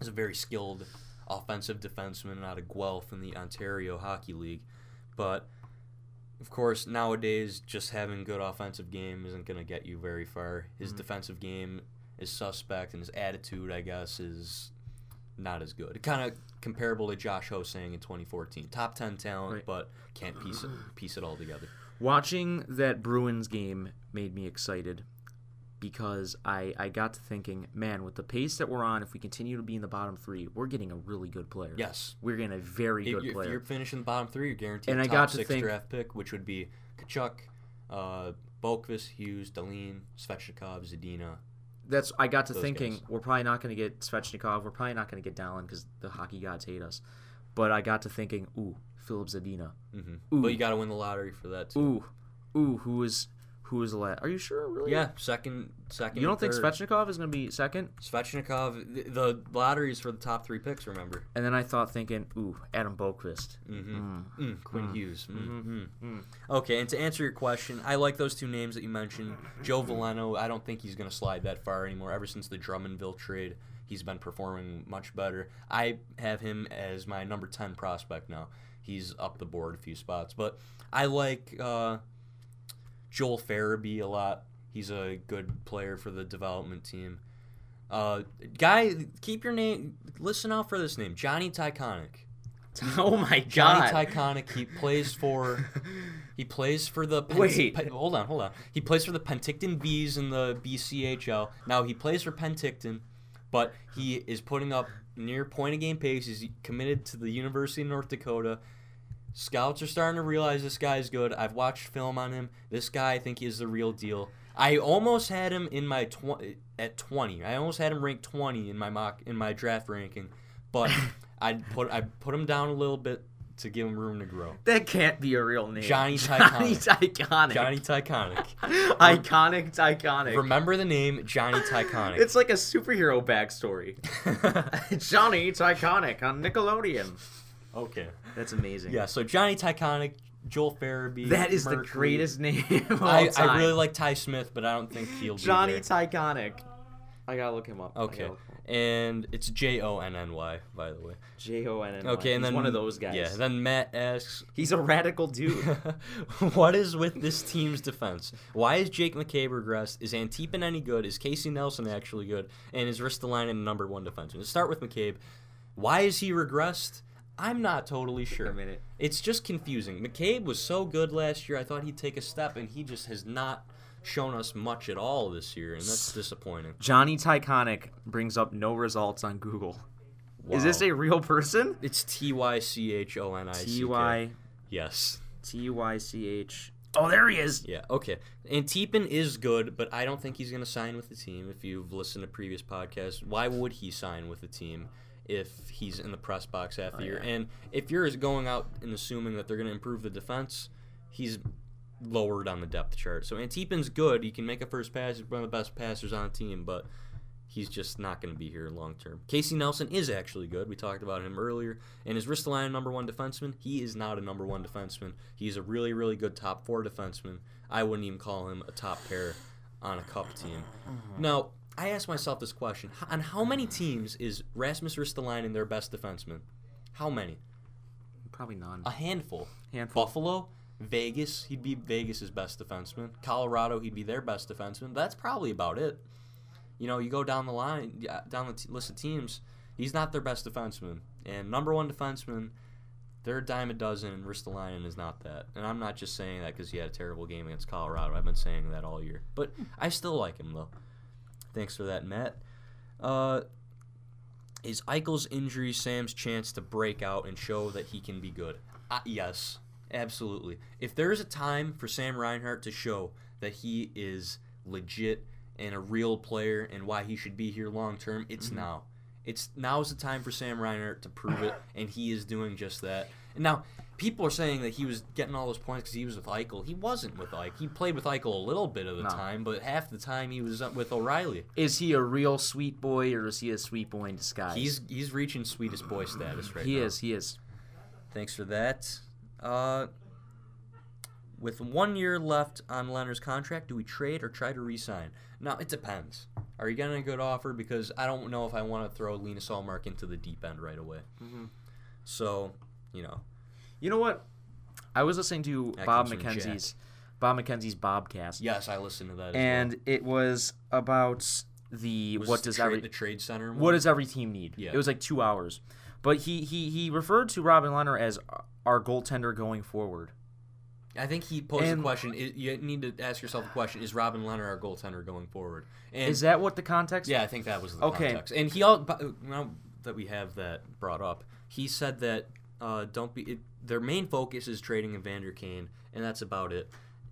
[SPEAKER 1] is a very skilled offensive defenseman out of Guelph in the Ontario Hockey League. But of course, nowadays, just having good offensive game isn't going to get you very far. His defensive game is suspect, and his attitude, I guess, is not as good. Kind of comparable to Josh Hosang in 2014. Top 10 talent,
[SPEAKER 2] Right.
[SPEAKER 1] but can't piece it, piece it all together.
[SPEAKER 2] Watching that Bruins game made me excited because I, I got to thinking, man, with the pace that we're on, if we continue to be in the bottom three, we're getting a really good player.
[SPEAKER 1] Yes.
[SPEAKER 2] We're getting a very
[SPEAKER 1] If,
[SPEAKER 2] good
[SPEAKER 1] you- if
[SPEAKER 2] player.
[SPEAKER 1] you're finishing the bottom three, you're guaranteed
[SPEAKER 2] And I
[SPEAKER 1] top
[SPEAKER 2] got to
[SPEAKER 1] six
[SPEAKER 2] think-
[SPEAKER 1] draft pick, which would be Kachuk, uh, Bolkvis, Hughes, Dalene, Svechnikov, Zadina.
[SPEAKER 2] that's I got to
[SPEAKER 1] Those
[SPEAKER 2] thinking
[SPEAKER 1] guys.
[SPEAKER 2] we're probably not going to get Svechnikov. We're probably not going to get Dallin because the hockey gods hate us. But I got to thinking, ooh, Philip Zadina.
[SPEAKER 1] hmm
[SPEAKER 2] Ooh.
[SPEAKER 1] But you got to win the lottery for that too.
[SPEAKER 2] Ooh, ooh, who is who is the last? Are you sure? Really?
[SPEAKER 1] Yeah, second, second.
[SPEAKER 2] You don't
[SPEAKER 1] and
[SPEAKER 2] think
[SPEAKER 1] third.
[SPEAKER 2] Svechnikov is going to be second?
[SPEAKER 1] Svechnikov? th- The lotteries for the top three picks. Remember,
[SPEAKER 2] And then I thought thinking, ooh, Adam Boquist.
[SPEAKER 1] mm-hmm. mm, Quinn Hughes. Mm-hmm. Okay, and to answer your question, I like those two names that you mentioned. Joe Valeno, I don't think he's going to slide that far anymore. Ever since the Drummondville trade, he's been performing much better. I have him as my number ten prospect now. He's up the board a few spots, but I like. Uh, Joel Farabee a lot. He's a good player for the development team. Uh, guy, keep your name. Listen out for this name, Johnny Tyconic.
[SPEAKER 2] Oh my
[SPEAKER 1] Johnny
[SPEAKER 2] god!
[SPEAKER 1] Tyconic. He plays for. He plays for the. Pen-
[SPEAKER 2] Wait.
[SPEAKER 1] Pen- hold on, hold on. He plays for the Penticton Bees in the BCHL. Now he plays for Penticton, but he is putting up near point of game pace. He's committed to the University of North Dakota. Scouts are starting to realize this guy's good. I've watched film on him. This guy, I think, is the real deal. I almost had him in my tw- at twenty. I almost had him ranked twenty in my mock in my draft ranking, but I put I put him down a little bit to give him room to grow.
[SPEAKER 2] that can't be a real name.
[SPEAKER 1] Johnny
[SPEAKER 2] Johnny Tyconic.
[SPEAKER 1] Johnny Tyconic.
[SPEAKER 2] Iconic Tyconic.
[SPEAKER 1] Remember the name Johnny Tyconic.
[SPEAKER 2] It's like a superhero backstory. Johnny Tyconic on Nickelodeon.
[SPEAKER 1] okay.
[SPEAKER 2] That's amazing.
[SPEAKER 1] Yeah. So Johnny Tyconic, Joel Farabee.
[SPEAKER 2] That is the
[SPEAKER 1] Merkley.
[SPEAKER 2] greatest name of all
[SPEAKER 1] I,
[SPEAKER 2] time.
[SPEAKER 1] I really like Ty Smith, but I don't think he'll
[SPEAKER 2] Johnny
[SPEAKER 1] be there.
[SPEAKER 2] Tyconic. I gotta look him up. I
[SPEAKER 1] Okay.
[SPEAKER 2] gotta look him up.
[SPEAKER 1] And it's J O N N Y, by the way.
[SPEAKER 2] J O N N. Y.
[SPEAKER 1] Okay, and
[SPEAKER 2] He's
[SPEAKER 1] then
[SPEAKER 2] one of those guys.
[SPEAKER 1] Yeah. Then Matt asks,
[SPEAKER 2] He's a radical dude.
[SPEAKER 1] "What is with this team's defense? Why is Jake McCabe regressed? Is Antipin any good? Is Casey Nelson actually good? And is Ristolainen the number one defenseman?" Let's start with McCabe. Why is he regressed? I'm not totally sure.
[SPEAKER 2] a minute.
[SPEAKER 1] It's just confusing. McCabe was so good last year. I thought he'd take a step, and he just has not shown us much at all this year, and that's disappointing.
[SPEAKER 2] Johnny Tyconic brings up no results on Google. Is this
[SPEAKER 1] Wow.
[SPEAKER 2] a real person?
[SPEAKER 1] It's T Y C H O N I C K.
[SPEAKER 2] T Y
[SPEAKER 1] Yes.
[SPEAKER 2] T Y C H. Oh, there he is.
[SPEAKER 1] Yeah, okay. And Teepin is good, but I don't think he's going to sign with the team. If you've listened to previous podcasts, why would he sign with the team if he's in the press box half the year? And if you're going out and assuming that they're going to improve the defense, he's lowered on the depth chart. So Antipin's good. He can make a first pass. He's one of the best passers on the team, but he's just not going to be here long term. Casey Nelson is actually good. We talked about him earlier. And is Ristolainen a number one defenseman? He is not a number one defenseman. He's a really, really good top four defenseman. I wouldn't even call him a top pair on a cup team. Now, I asked myself this question: H- On how many teams is Rasmus Ristolainen their best defenseman? How many?
[SPEAKER 2] Probably none.
[SPEAKER 1] A handful.
[SPEAKER 2] Handful.
[SPEAKER 1] Buffalo, Vegas, he'd be Vegas's best defenseman. Colorado, he'd be their best defenseman. That's probably about it. You know, you go down the line, yeah, down the t- list of teams, he's not their best defenseman. And number one defenseman, they're a dime a dozen, and Ristolainen is not that. And I'm not just saying that because he had a terrible game against Colorado. I've been saying that all year. But I still like him, though. Thanks for that, Matt. Uh, Is Eichel's injury Sam's chance to break out and show that he can be good? Uh, yes, absolutely. If there is a time for Sam Reinhart to show that he is legit and a real player and why he should be here long term, it's
[SPEAKER 2] Mm-hmm.
[SPEAKER 1] now. It's now is the time for Sam Reinhart to prove it, and he is doing just that. And now, people are saying that he was getting all those points because he was with Eichel. He wasn't with Eichel. He played with Eichel a little bit of the
[SPEAKER 2] No.
[SPEAKER 1] time, but half the time he was up with O'Reilly.
[SPEAKER 2] Is he a real sweet boy or is he a sweet boy in disguise?
[SPEAKER 1] He's he's reaching sweetest boy status right
[SPEAKER 2] he
[SPEAKER 1] now.
[SPEAKER 2] is. He is.
[SPEAKER 1] Thanks for that. Uh, with one year left on Leonard's contract, do we trade or try to re-sign? Now it depends. Are you getting a good offer? Because I don't know if I want to throw Lena Allmark into the deep end right away. So, you know,
[SPEAKER 2] You know what? I was listening to
[SPEAKER 1] That
[SPEAKER 2] Bob
[SPEAKER 1] comes from Jack.
[SPEAKER 2] McKenzie's Bob McKenzie's Bobcast,
[SPEAKER 1] yes, I listened to that. As
[SPEAKER 2] and it was about the
[SPEAKER 1] well. Was
[SPEAKER 2] what
[SPEAKER 1] this
[SPEAKER 2] does
[SPEAKER 1] the trade-
[SPEAKER 2] every
[SPEAKER 1] the trade center?
[SPEAKER 2] what does every team need?
[SPEAKER 1] Yeah.
[SPEAKER 2] It was like two hours, but he he he referred to Robin Leonard as our goaltender going forward.
[SPEAKER 1] I think he posed the
[SPEAKER 2] And-
[SPEAKER 1] question. i you need to ask yourself a question: Is Robin Leonard our goaltender going forward? And
[SPEAKER 2] Is that what the context?
[SPEAKER 1] Yeah, I think that was the
[SPEAKER 2] Okay.
[SPEAKER 1] context. And he all but, uh, now that we have that brought up, he said that uh, don't be it, their main focus is trading Evander Kane, and that's about it.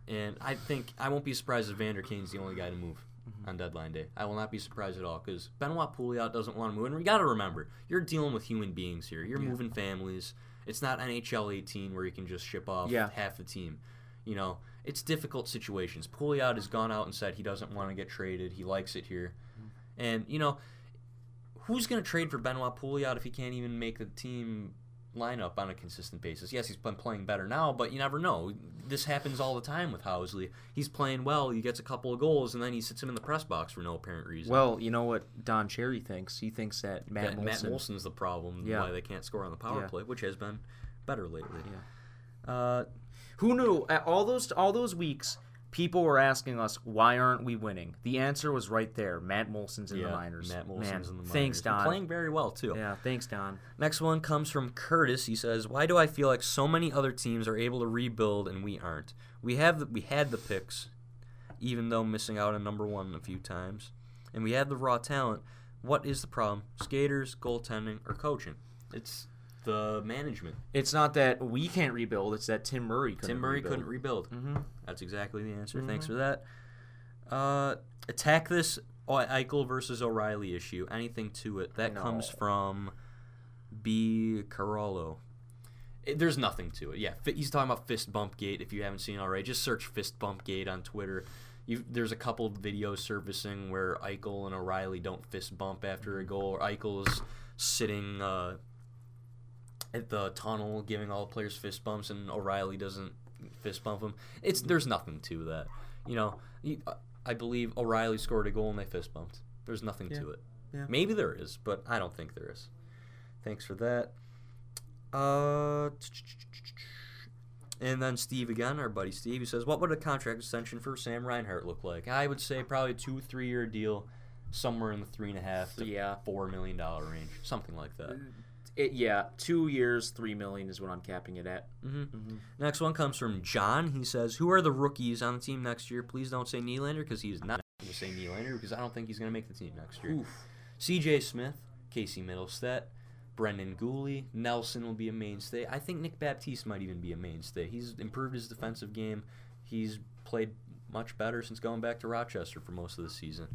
[SPEAKER 1] And I think I won't be surprised if Evander Kane's the only guy to move
[SPEAKER 2] Mm-hmm.
[SPEAKER 1] on deadline day. I will not be surprised at all because Benoit Pouliot doesn't want to move. And we got to remember, you're dealing with human beings here. You're moving families. It's not NHL 18 where you can just ship off
[SPEAKER 2] Yeah.
[SPEAKER 1] half the team. You know, it's difficult situations. Pouliot has gone out and said he doesn't want to get traded. He likes it here. And you know, who's going to trade for Benoit Pouliot if he can't even make the team lineup on a consistent basis? Yes, he's been playing better now, but you never know. This happens all the time with Housley. He's playing well, he gets a couple of goals, and then he sits him in the press box for no apparent reason.
[SPEAKER 2] Well, you know what Don Cherry thinks. He thinks that Matt
[SPEAKER 1] That- Matt
[SPEAKER 2] Molson.
[SPEAKER 1] Molson's the problem
[SPEAKER 2] Yeah.
[SPEAKER 1] why they can't score on the power
[SPEAKER 2] Yeah.
[SPEAKER 1] play, which has been better lately. Uh,
[SPEAKER 2] Who knew? At all those all those weeks, people were asking us why aren't we winning. The answer was right there. Matt Molson's in
[SPEAKER 1] yeah,
[SPEAKER 2] the minors.
[SPEAKER 1] Matt Molson's
[SPEAKER 2] Man,
[SPEAKER 1] in the minors.
[SPEAKER 2] Thanks,
[SPEAKER 1] And
[SPEAKER 2] Don.
[SPEAKER 1] Playing very well too.
[SPEAKER 2] Yeah, thanks, Don.
[SPEAKER 1] Next one comes from Curtis. He says, "Why do I feel like so many other teams are able to rebuild and we aren't? We have the, we had the picks, even though missing out on number one a few times, and we have the raw talent. What is the problem? Skaters, goaltending, or coaching? It's the management.
[SPEAKER 2] It's not that we can't rebuild. It's that Tim Murray couldn't.
[SPEAKER 1] Tim Murray couldn't
[SPEAKER 2] rebuild.
[SPEAKER 1] rebuild.
[SPEAKER 2] Mhm.
[SPEAKER 1] That's exactly the answer. Thanks for that. Uh, attack this Ei- Eichel versus O'Reilly issue. Anything to it that comes
[SPEAKER 2] No.
[SPEAKER 1] from B. Carollo. It- there's nothing to it. Yeah, fi- he's talking about fist bump gate. If you haven't seen it already, just search fist bump gate on Twitter. you there's a couple of videos surfacing where Eichel and O'Reilly don't fist bump after a goal, or Eichel's sitting uh, at the tunnel giving all the players fist bumps, and O'Reilly doesn't fist bump him. It's there's nothing to that. You know, you- uh, I believe O'Reilly scored a goal and they fist bumped. There's nothing to it.
[SPEAKER 2] Yeah.
[SPEAKER 1] Maybe there is, but I don't think there is. Thanks for that. Uh, and then Steve again, our buddy Steve, he says, "What would a contract extension for Sam Reinhart look like?" I would say probably a two, three-year deal, somewhere in the three and a half to
[SPEAKER 2] Yeah.
[SPEAKER 1] four million dollar range, something like that.
[SPEAKER 2] It, yeah, two years, three million is what I'm capping it at.
[SPEAKER 1] hmm Next one comes from John. He says, "Who are the rookies on the team next year? Please don't say Nylander because he is not going to say Nylander because I don't think he's going to make the team next year." C.J. Smith, Casey Middlestat, Brendan Gooley, Nelson will be a mainstay. I think Nick Baptiste might even be a mainstay. He's improved his defensive game. He's played much better since going back to Rochester for most of the season.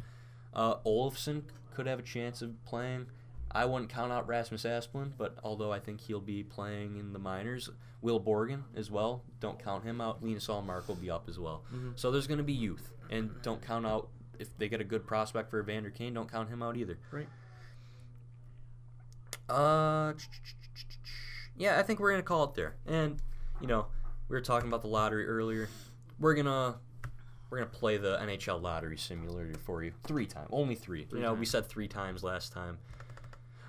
[SPEAKER 1] Uh, Olafson could have a chance of playing. I wouldn't count out Rasmus Asplund, but although I think he'll be playing in the minors, Will Borgen as well. Don't count him out. Linus Allmark will be up as well. So there's going to be youth, and don't count out if they get a good prospect for Evander Kane. Don't count him out either.
[SPEAKER 2] Right.
[SPEAKER 1] Uh, yeah, I think we're gonna call it there. And you know, we were talking about the lottery earlier. We're gonna we're gonna play the NHL lottery simulator for you three times, only three. you know, we said three times last time.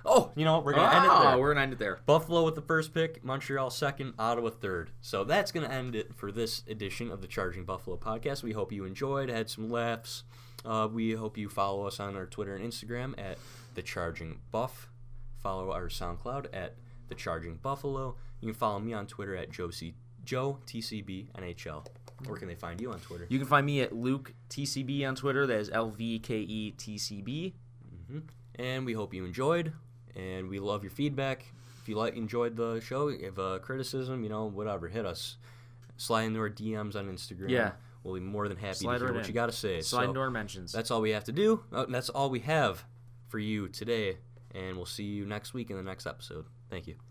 [SPEAKER 1] Oh, you know, we're gonna end it
[SPEAKER 2] Ah,
[SPEAKER 1] there.
[SPEAKER 2] We're gonna end it there.
[SPEAKER 1] Buffalo with the first pick, Montreal second, Ottawa third. So that's going to end it for this edition of the Charging Buffalo podcast. We hope you enjoyed, had some laughs. Uh, we hope you follow us on our Twitter and Instagram at the Charging Buff. Follow our SoundCloud at the Charging Buffalo. You can follow me on Twitter at Josie Joe TCB NHL. Where can they find you on Twitter?
[SPEAKER 2] You can find me at Luke TCB on Twitter. That is L V K E T C B.
[SPEAKER 1] And we hope you enjoyed. and we love your feedback. If you like enjoyed the show, if uh, criticism, you know, whatever, hit us. Slide into our DMs on Instagram.
[SPEAKER 2] Yeah.
[SPEAKER 1] we'll be more than happy
[SPEAKER 2] Slide
[SPEAKER 1] to hear
[SPEAKER 2] right
[SPEAKER 1] what
[SPEAKER 2] in.
[SPEAKER 1] you got to say.
[SPEAKER 2] Slide
[SPEAKER 1] so
[SPEAKER 2] into our mentions.
[SPEAKER 1] that's all we have to do. Uh, That's all we have for you today, and we'll see you next week in the next episode. Thank you.